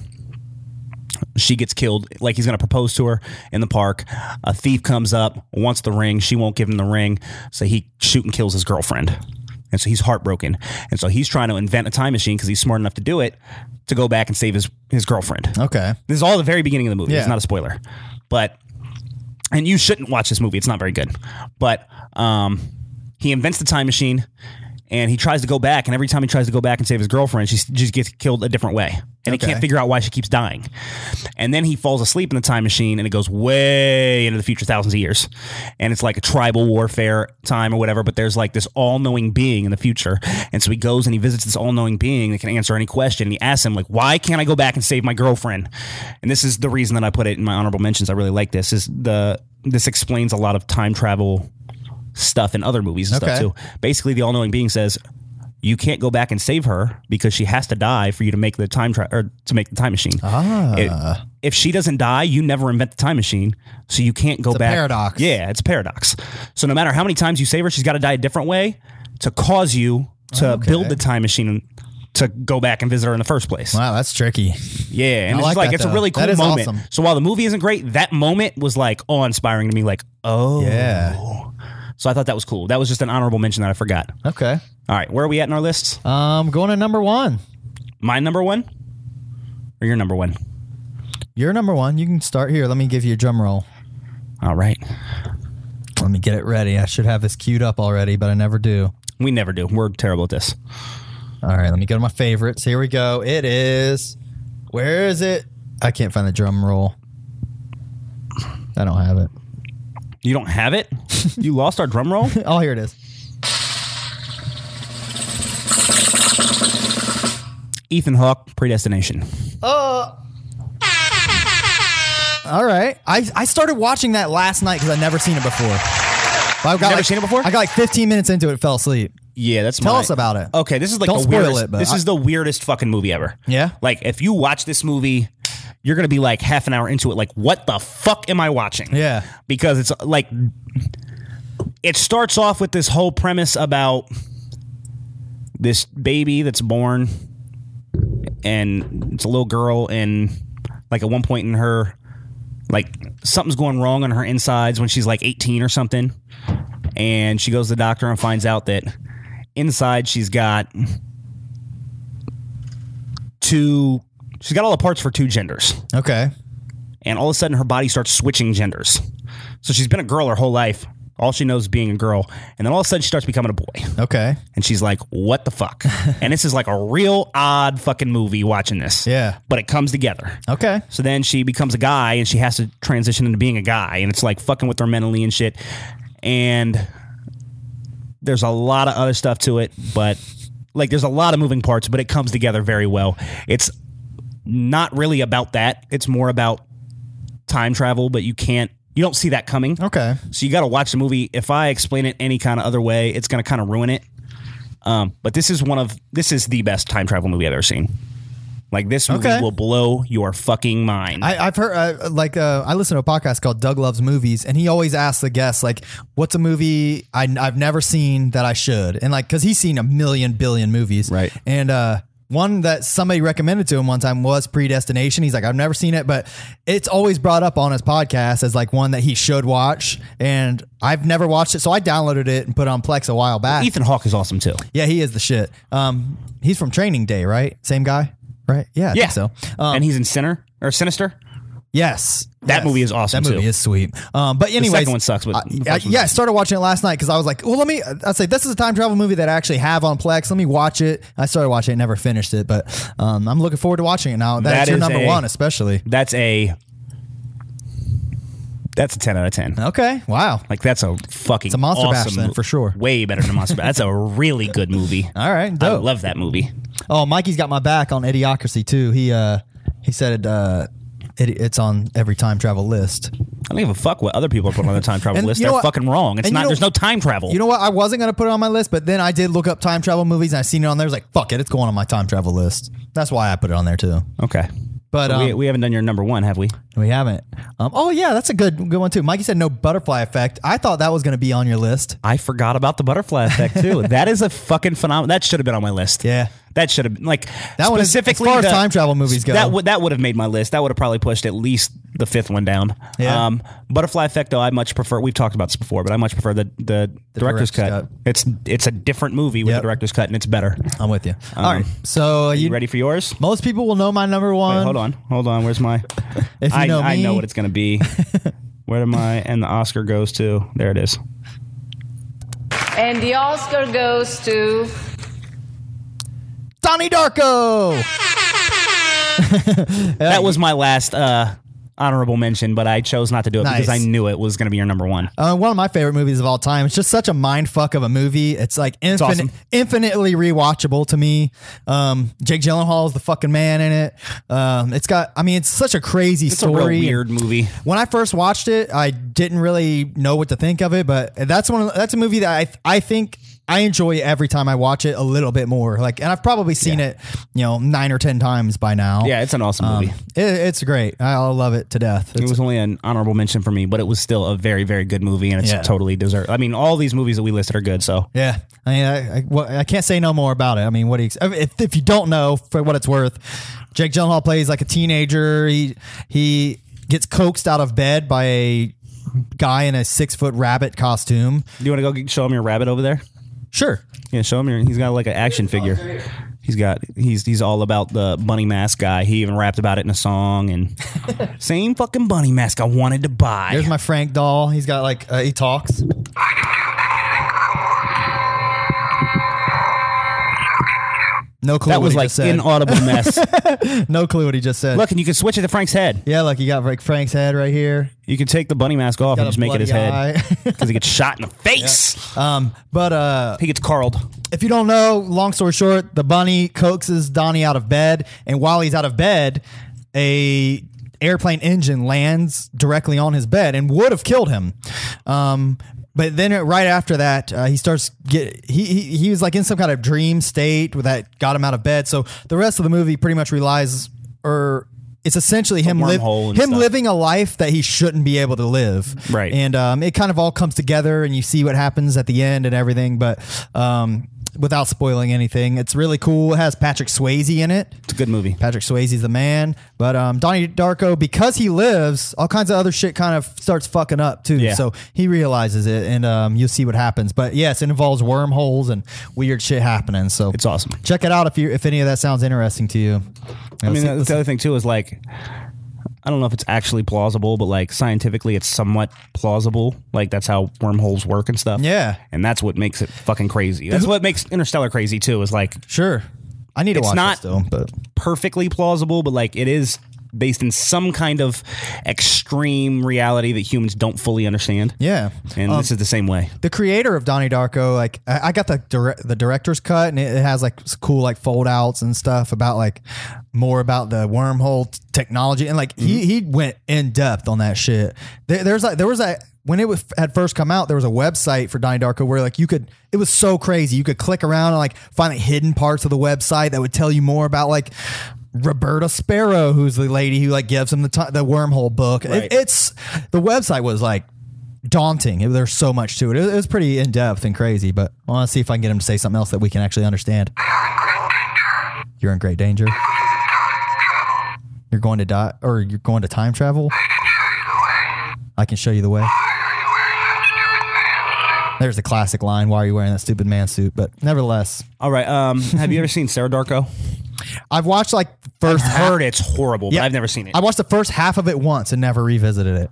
She gets killed. Like he's going to propose to her in the park. A thief comes up, wants the ring. She won't give him the ring. So he shoot and kills his girlfriend. And so he's heartbroken. And so he's trying to invent a time machine because he's smart enough to do it to go back and save his, his girlfriend. Okay. This is all the very beginning of the movie. Yeah. It's not a spoiler, but and you shouldn't watch this movie. It's not very good. But um, he invents the time machine, and he tries to go back. And every time he tries to go back and save his girlfriend, she s- just gets killed a different way, and he Okay. can't figure out why she keeps dying. And then he falls asleep in the time machine, and it goes way into the future, thousands of years, and it's like a tribal warfare time or whatever. But there's like this all-knowing being in the future, and so he goes and he visits this all-knowing being that can answer any question. And he asks him like, "Why can't I go back and save my girlfriend?" And this is the reason that I put it in my honorable mentions. I really like this. Is the this explains a lot of time travel stuff in other movies and Okay. stuff too. Basically, the all-knowing being says you can't go back and save her because she has to die for you to make the time tra- or to make the time machine. Ah. if she doesn't die, you never invent the time machine, so you can't go a back. paradox. Yeah, it's a paradox. So no matter how many times you save her, she's got to die a different way to cause you to build the time machine to go back and visit her in the first place. Wow, that's tricky. Yeah, and I it's like like that, it's though. a really cool That is moment. awesome. So while the movie isn't great, that moment was like awe inspiring to me. Like, oh Yeah. So I thought that was cool. That was just an honorable mention that I forgot. Okay. All right, where are we at in our lists? Um, going to number one. My number one or your number one? You're number one. You can start here. Let me give you a drum roll. All right, Let me get it ready. I should have this queued up already, but I never do. we never do. We're terrible at this. All right, let me go to my favorites. Here we go. It is. Where is it? I can't find the drum roll. I don't have it. You don't have it. you lost our drum roll. Oh, here it is. Ethan Hawke, Predestination. All right. I, I started watching that last night because I'd never seen it before. But I got Never like- seen it before? I got like 15 minutes into it, fell asleep. Yeah, that's Tell my- us about it. Okay, this is like Don't the spoil weirdest, it, but this I- is the weirdest fucking movie ever. Yeah? like if you watch this movie, you're gonna be like half an hour into it, like what the fuck am I watching? Yeah. because it's like it starts off with this whole premise about this baby that's born, and it's a little girl, and like at one point in her, like something's going wrong on her insides when she's like 18 or something and she goes to the doctor and finds out that inside she's got two she's got all the parts for two genders Okay. and all of a sudden her body starts switching genders so she's been a girl her whole life all she knows is being a girl and then all of a sudden she starts becoming a boy Okay. and she's like what the fuck and this is like a real odd fucking movie watching this Yeah. but it comes together Okay. so then she becomes a guy and she has to transition into being a guy and it's like fucking with her mentally and shit. And There's a lot of other stuff to it, but like there's a lot of moving parts, but it comes together very well. It's not really about that. It's more about time travel, but you can't you don't see that coming. Okay. So you got to watch the movie. If I explain it any kind of other way, it's going to kind of ruin it. Um, but this is one of this is the best time travel movie I've ever seen. Like this movie Okay. will blow your fucking mind. I, I've heard uh, like uh, I listen to a podcast called Doug Loves Movies, and he always asks the guests like, "What's a movie I, have never seen that I should?" And like, because he's seen a million billion movies, Right. And uh, one that somebody recommended to him one time was Predestination. He's like, "I've never seen it," but it's always brought up on his podcast as like one that he should watch, and I've never watched it, so I downloaded it and put it on Plex a while back. Ethan Hawke is awesome too. Yeah, he is the shit. Um, he's from Training Day, right? Same guy, right? Yeah, I Yeah. think so. Um, and he's in Sinner or Sinister. Yes, That Yes. movie is awesome, That movie too. is sweet. Um, but anyways, second one sucks, but I- the first I- one's yeah, I started watching it last night because I was like, well, let me. I say this is a time travel movie that I actually have on Plex. Let me watch it. I started watching it, never finished it, but um, I'm looking forward to watching it now. That's That your is number a- one, especially. That's a that's a ten out of ten. Okay, wow. Like that's Uh, a fucking a Monster Bash awesome then, mo- for sure. Way better than Monster Bash. That's a really good movie. All right, I dope. love that movie. Oh, Mikey's got my back on Idiocracy too. He uh, he said uh, it, it's on every time travel list. I don't give a fuck what other people put on their time travel And list. you They're know what? fucking wrong. It's And you not. know- There's no time travel. You know what? I wasn't gonna put it on my list, but then I did look up time travel movies and I seen it on there. I was like, fuck it, it's going on my time travel list. That's why I put it on there too. okay. But um, we, we haven't done your number one, have we? We haven't. Um, oh yeah, that's a good good one too. Mikey said no butterfly effect. I thought that was going to be on your list. I forgot about the butterfly effect too. that is a fucking phenomenon. That should have been on my list. Yeah. That should have been like That one is- as specifically far as the- time travel movies go. That would that would have made my list. That would have probably pushed at least the fifth one down. Um, Yeah. butterfly effect though, I much prefer. We've talked about this before, but I much prefer the the, director's director's cut. cut. It's it's a different movie with Yep. the director's cut, and it's better. I'm with you. All right. So you, Um, You ready for yours? Most people will know my number one. Wait, hold on, hold on. Where's my? If you I, know I know me- what it's gonna be. Where am I? And the Oscar goes to. There it is. And the Oscar goes to. Donnie Darko. That was my last uh, honorable mention, but I chose not to do it because I Nice. knew it was going to be your number one. Uh, one of my favorite movies of all time. It's just such a mind fuck of a movie. It's like infinite, awesome. infinitely rewatchable to me. Um, Jake Gyllenhaal is the fucking man in it. Um, it's got. I mean, it's such a crazy It's a story. real weird movie. when I first watched it, I didn't really know what to think of it, but that's one. That's a movie that I I think I enjoy every time I watch it a little bit more. Like, and I've probably seen it, you know, nine or ten times by now. Yeah, it's an awesome Um, movie. It, it's great. I, I love it to death. It It's- was only an honorable mention for me, but it was still a very, very good movie, and it's Yeah. totally deserved. I mean, all these movies that we listed are good. So yeah, I mean, I, I, well, I can't say no more about it. I mean, what do you, if if you don't know for what it's worth, Jake Gyllenhaal plays like a teenager. He he gets coaxed out of bed by a guy in a six foot rabbit costume. do you want to go get, show him your rabbit over there? Sure. Yeah, show him your. He's got like an action figure. He's got he's he's all about the bunny mask guy. He even rapped about it in a song and same fucking bunny mask I wanted to buy. There's my Frank doll. He's got like uh, he talks. No clue. that what was he like just said. inaudible mess. no clue what he just said. Look, and you can switch it to Frank's head. yeah, look, you got like Frank's head right here. You can take the bunny mask off Got and a just make it his bloody head eye. because he gets shot in the face. Um, but uh, He gets carled. if you don't know, long story short, the bunny coaxes Donnie out of bed, and while he's out of bed, a airplane engine lands directly on his bed and would have killed him. Um, but then right after that, uh, he starts get he, he he was like in some kind of dream state that got him out of bed. So the rest of the movie pretty much relies or. It's essentially him, live, wormhole him and stuff. living a life that he shouldn't be able to live. Right. And um, it kind of all comes together and you see what happens at the end and everything. But um, without spoiling anything, it's really cool. It has Patrick Swayze in it. It's a good movie. Patrick Swayze's the man. But um, Donnie Darko, because he lives, all kinds of other shit kind of starts fucking up too. Yeah. So he realizes it and um, you'll see what happens. But yes, it involves wormholes and weird shit happening. So It's awesome. Check it out if you if any of that sounds interesting to you. I mean, that's the other thing too is like, I don't know if it's actually plausible, but like scientifically, it's somewhat plausible. Like that's how wormholes work and stuff. Yeah. and that's what makes it fucking crazy. That's what makes Interstellar crazy too. Is like sure. I need to It's watch not- this still, but perfectly plausible, but like it is based in some kind of extreme reality that humans don't fully understand. Yeah. Um, And this is the same way. the creator of Donnie Darko, like I I got the dire- the director's cut, and it it has like s- cool like fold outs and stuff about like more about the wormhole t- technology, and like he he went in depth on that shit. There, there's like there was a when it was, had first come out, there was a website for Donnie Darko where like you could it was so crazy you could click around and like find like hidden parts of the website that would tell you more about like. Roberta Sparrow, who's the lady who like gives him the ti the wormhole book. It- Right. it's the website was like daunting. It- There's so much to it. It it was pretty in depth and crazy, but I want to see if I can get him to say something else that we can actually understand. You're in great danger. You're going to die, or you're going to time travel. I can show you the way. There's the classic line. Why are you wearing that stupid man suit? But nevertheless, All right. Um, have you ever seen Sarah Darko? I've watched like the first. half- Heard it's horrible, Yeah. but I've never seen it. I watched the first half of it once and never revisited it.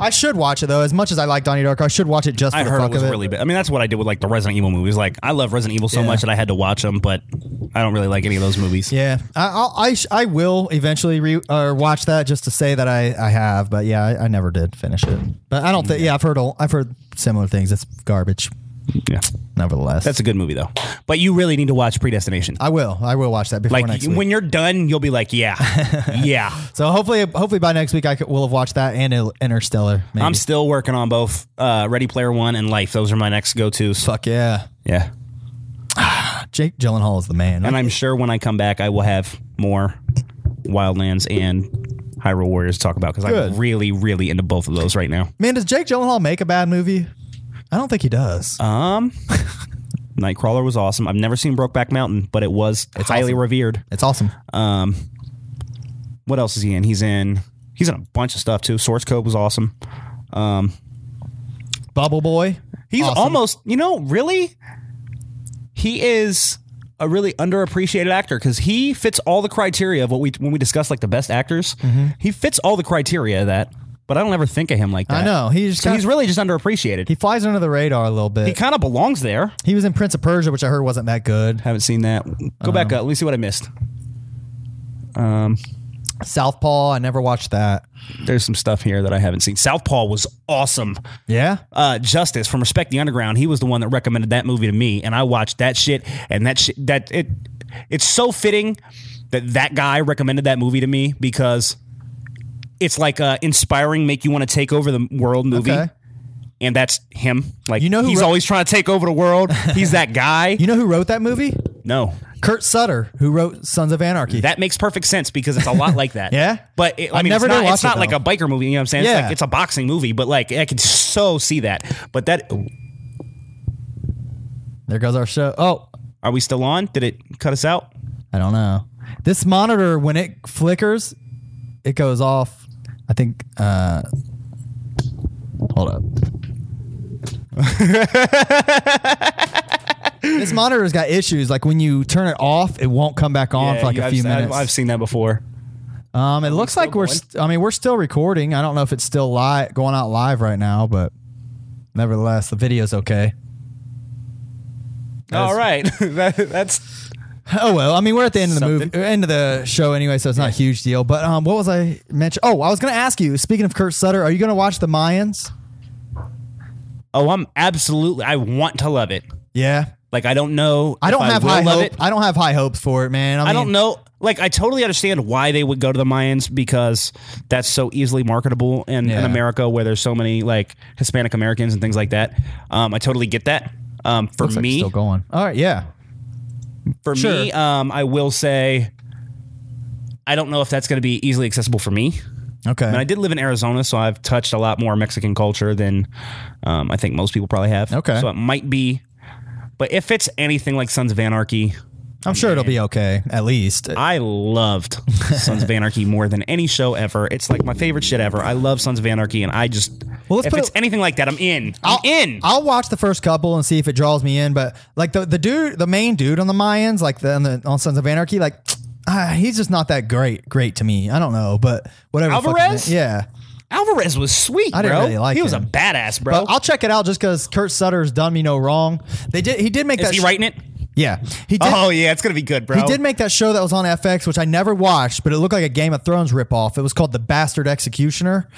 I should watch it though. As much as I like Donnie Darko, I should watch it just for I the heard fuck it was of it. really bad. I mean, that's what I did with like the Resident Evil movies. Like, I love Resident Evil so Yeah. much that I had to watch them, but I don't really like any of those movies. Yeah, I I'll, I, sh- I will eventually re or watch that just to say that I, I have, but yeah, I, I never did finish it. But I don't think yeah I've heard a, I've heard similar things. It's garbage, Yeah. nevertheless. That's a good movie though. But you really need to watch Predestination. I will I will watch that before like next you- week. when you're done, you'll be like, yeah, yeah. so hopefully hopefully by next week I could, will have watched that and Il- Interstellar. Maybe. I'm still working on both uh, Ready Player One and Life. Those are my next go tos. fuck yeah. Yeah. Jake Gyllenhaal is the man. And I'm sure when I come back, I will have more Wildlands and Hyrule Warriors to talk about because Good. I'm really, really into both of those right now. man, does Jake Gyllenhaal make a bad movie? I don't think he does. Um, Nightcrawler was awesome. I've never seen Brokeback Mountain, but it was it's highly awesome. revered. it's awesome. Um, what else is he in? He's in he's in a bunch of stuff too. Source Code was awesome. Um, Bubble Boy. He's Awesome. almost, you know, really, he is a really underappreciated actor because he fits all the criteria of what we when we discuss like the best actors. Mm-hmm. He fits all the criteria of that, but I don't ever think of him like that. I know. He just so kinda- he's really just underappreciated. He, He flies under the radar a little bit. kind of belongs there. he was in Prince of Persia, which I heard wasn't that good. Haven't seen that. Go back Uh-huh. up. Let me see what I missed. Um, Southpaw. I never watched that. there's some stuff here that I haven't seen. Southpaw was awesome. Yeah. uh, Justice from Respect the Underground. He was the one that recommended that movie to me, and I watched that shit. And that shit, that it, it's so fitting that that guy recommended that movie to me because it's like a inspiring, make you want to take over the world movie. Okay. And that's him. Like You know who he's re- always trying to take over the world. He's that guy. You know who wrote that movie? no, Kurt Sutter, who wrote Sons of Anarchy. that makes perfect sense because it's a lot like that. Yeah? but it, I, I mean, never it's did not, watch it's it, not like though. a biker movie. You know what I'm saying? It's Yeah. like it's a boxing movie, but like I can so see that. But that there goes our show. Oh, are we still on? Did it cut us out? I don't know. This monitor, when it flickers, it goes off. I think. Uh, hold up. this monitor's got issues. Like when you turn it off, it won't come back on Yeah, for like you- a I've few se- I've- minutes. I've, seen that before. um, it looks like still we're. going? St- I mean, we're still recording. I don't know if it's still live, going out live right now, but nevertheless, the video's okay. All right, that, that's Oh well, I mean we're at the end of the movie, Something. end of the show anyway, so it's not a huge deal. But um, what was I mention? Oh, I was going to ask you. Speaking of Kurt Sutter, are you going to watch the Mayans? oh, I'm absolutely. I want to love it. Yeah, Like I don't know. I if don't have will high love hope. It. I don't have high hopes for it, man. I, mean, I don't know. Like I totally understand why they would go to the Mayans because that's so easily marketable in, in Yeah. America where there's so many like Hispanic Americans and things like that. Um, I totally get that. Um, for Looks like it's me, still going. All right, yeah, for me, Sure. um, I will say, I don't know if that's going to be easily accessible for me. okay. And I did live in Arizona, so I've touched a lot more Mexican culture than um, I think most people probably have. Okay. So it might be, but if it's anything like Sons of Anarchy, I'm sure it'll be okay. At least I loved Sons of Anarchy more than any show ever. It's like my favorite shit ever. I love Sons of Anarchy, and I just Well, let's if put it's it- anything like that, I'm in. I'm in. I'll watch the first couple and see if it draws me in. But like the the dude, the main dude on the Mayans, like the on, the, on Sons of Anarchy, like ah, he's just not that great. Great to me. I don't know, but whatever. the fuck his Alvarez? name- Yeah. Alvarez was sweet, I didn't bro. really like he was a him. badass, bro. But I'll check it out just because Kurt Sutter's done me no wrong. They did. He did make Is that. he sh- writing it? Yeah, he did. Oh yeah, it's gonna be good, bro. He did make that show that was on FX, which I never watched, but it looked like a Game of Thrones ripoff. It was called The Bastard Executioner.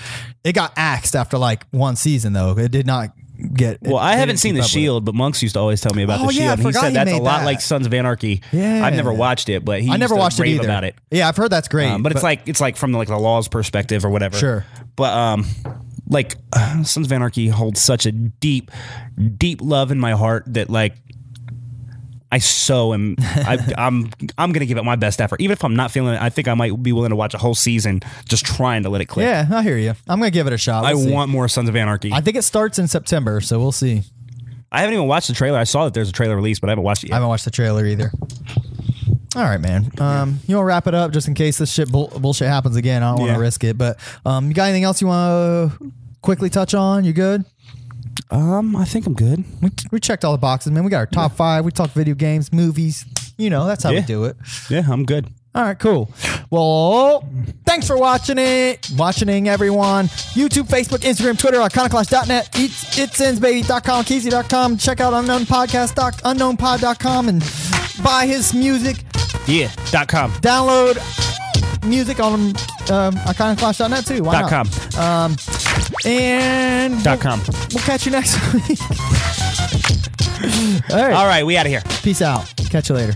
It got axed after like one season, though. It did not get. Well, it I haven't didn't seen keep the up with it. Shield, but monks used to always tell me about Oh, the yeah, I Shield. and he forgot said he that's a made lot that. like Sons of Anarchy. Yeah. I've never watched it, but he I never watched it either. about it. Yeah, I've heard that's great. Um, but it's like it's like from like the laws perspective or whatever. Sure. But um, like Sons of Anarchy holds such a deep, deep love in my heart that like I so am. I, I'm I'm gonna give it my best effort, even if I'm not feeling it. I think I might be willing to watch a whole season just trying to let it click. yeah, I hear you. I'm gonna give it a shot. I We'll see. want more Sons of Anarchy. I I, think it starts in September, so we'll see. haven't even watched the trailer. I saw that there's a trailer release, but I haven't watched it yet. I haven't watched the trailer either. All right, man. Um, you want to wrap it up just in case this shit bull- bullshit happens again. I don't want to Yeah. risk it. But um, you got anything else you want to quickly touch on? You good? Um, I think I'm good. We, we checked all the boxes, man. We got our top five. We talked video games, movies. You know, that's how we Yeah. do it. Yeah, I'm good. All right, cool. Well, thanks for watching it. Watching everyone. YouTube, Facebook, Instagram, Twitter, iconoclash.net, it's, itsins.baby.com, keezy.com. Check out unknownpodcast, unknownpod.com, and buy his music. Yeah. Dot com. Download music on um, iconoclash.net too. Why Dot not? com. Um, And Dot com. we'll catch you next week. All right. All right, we out of here. Peace out. Catch you later.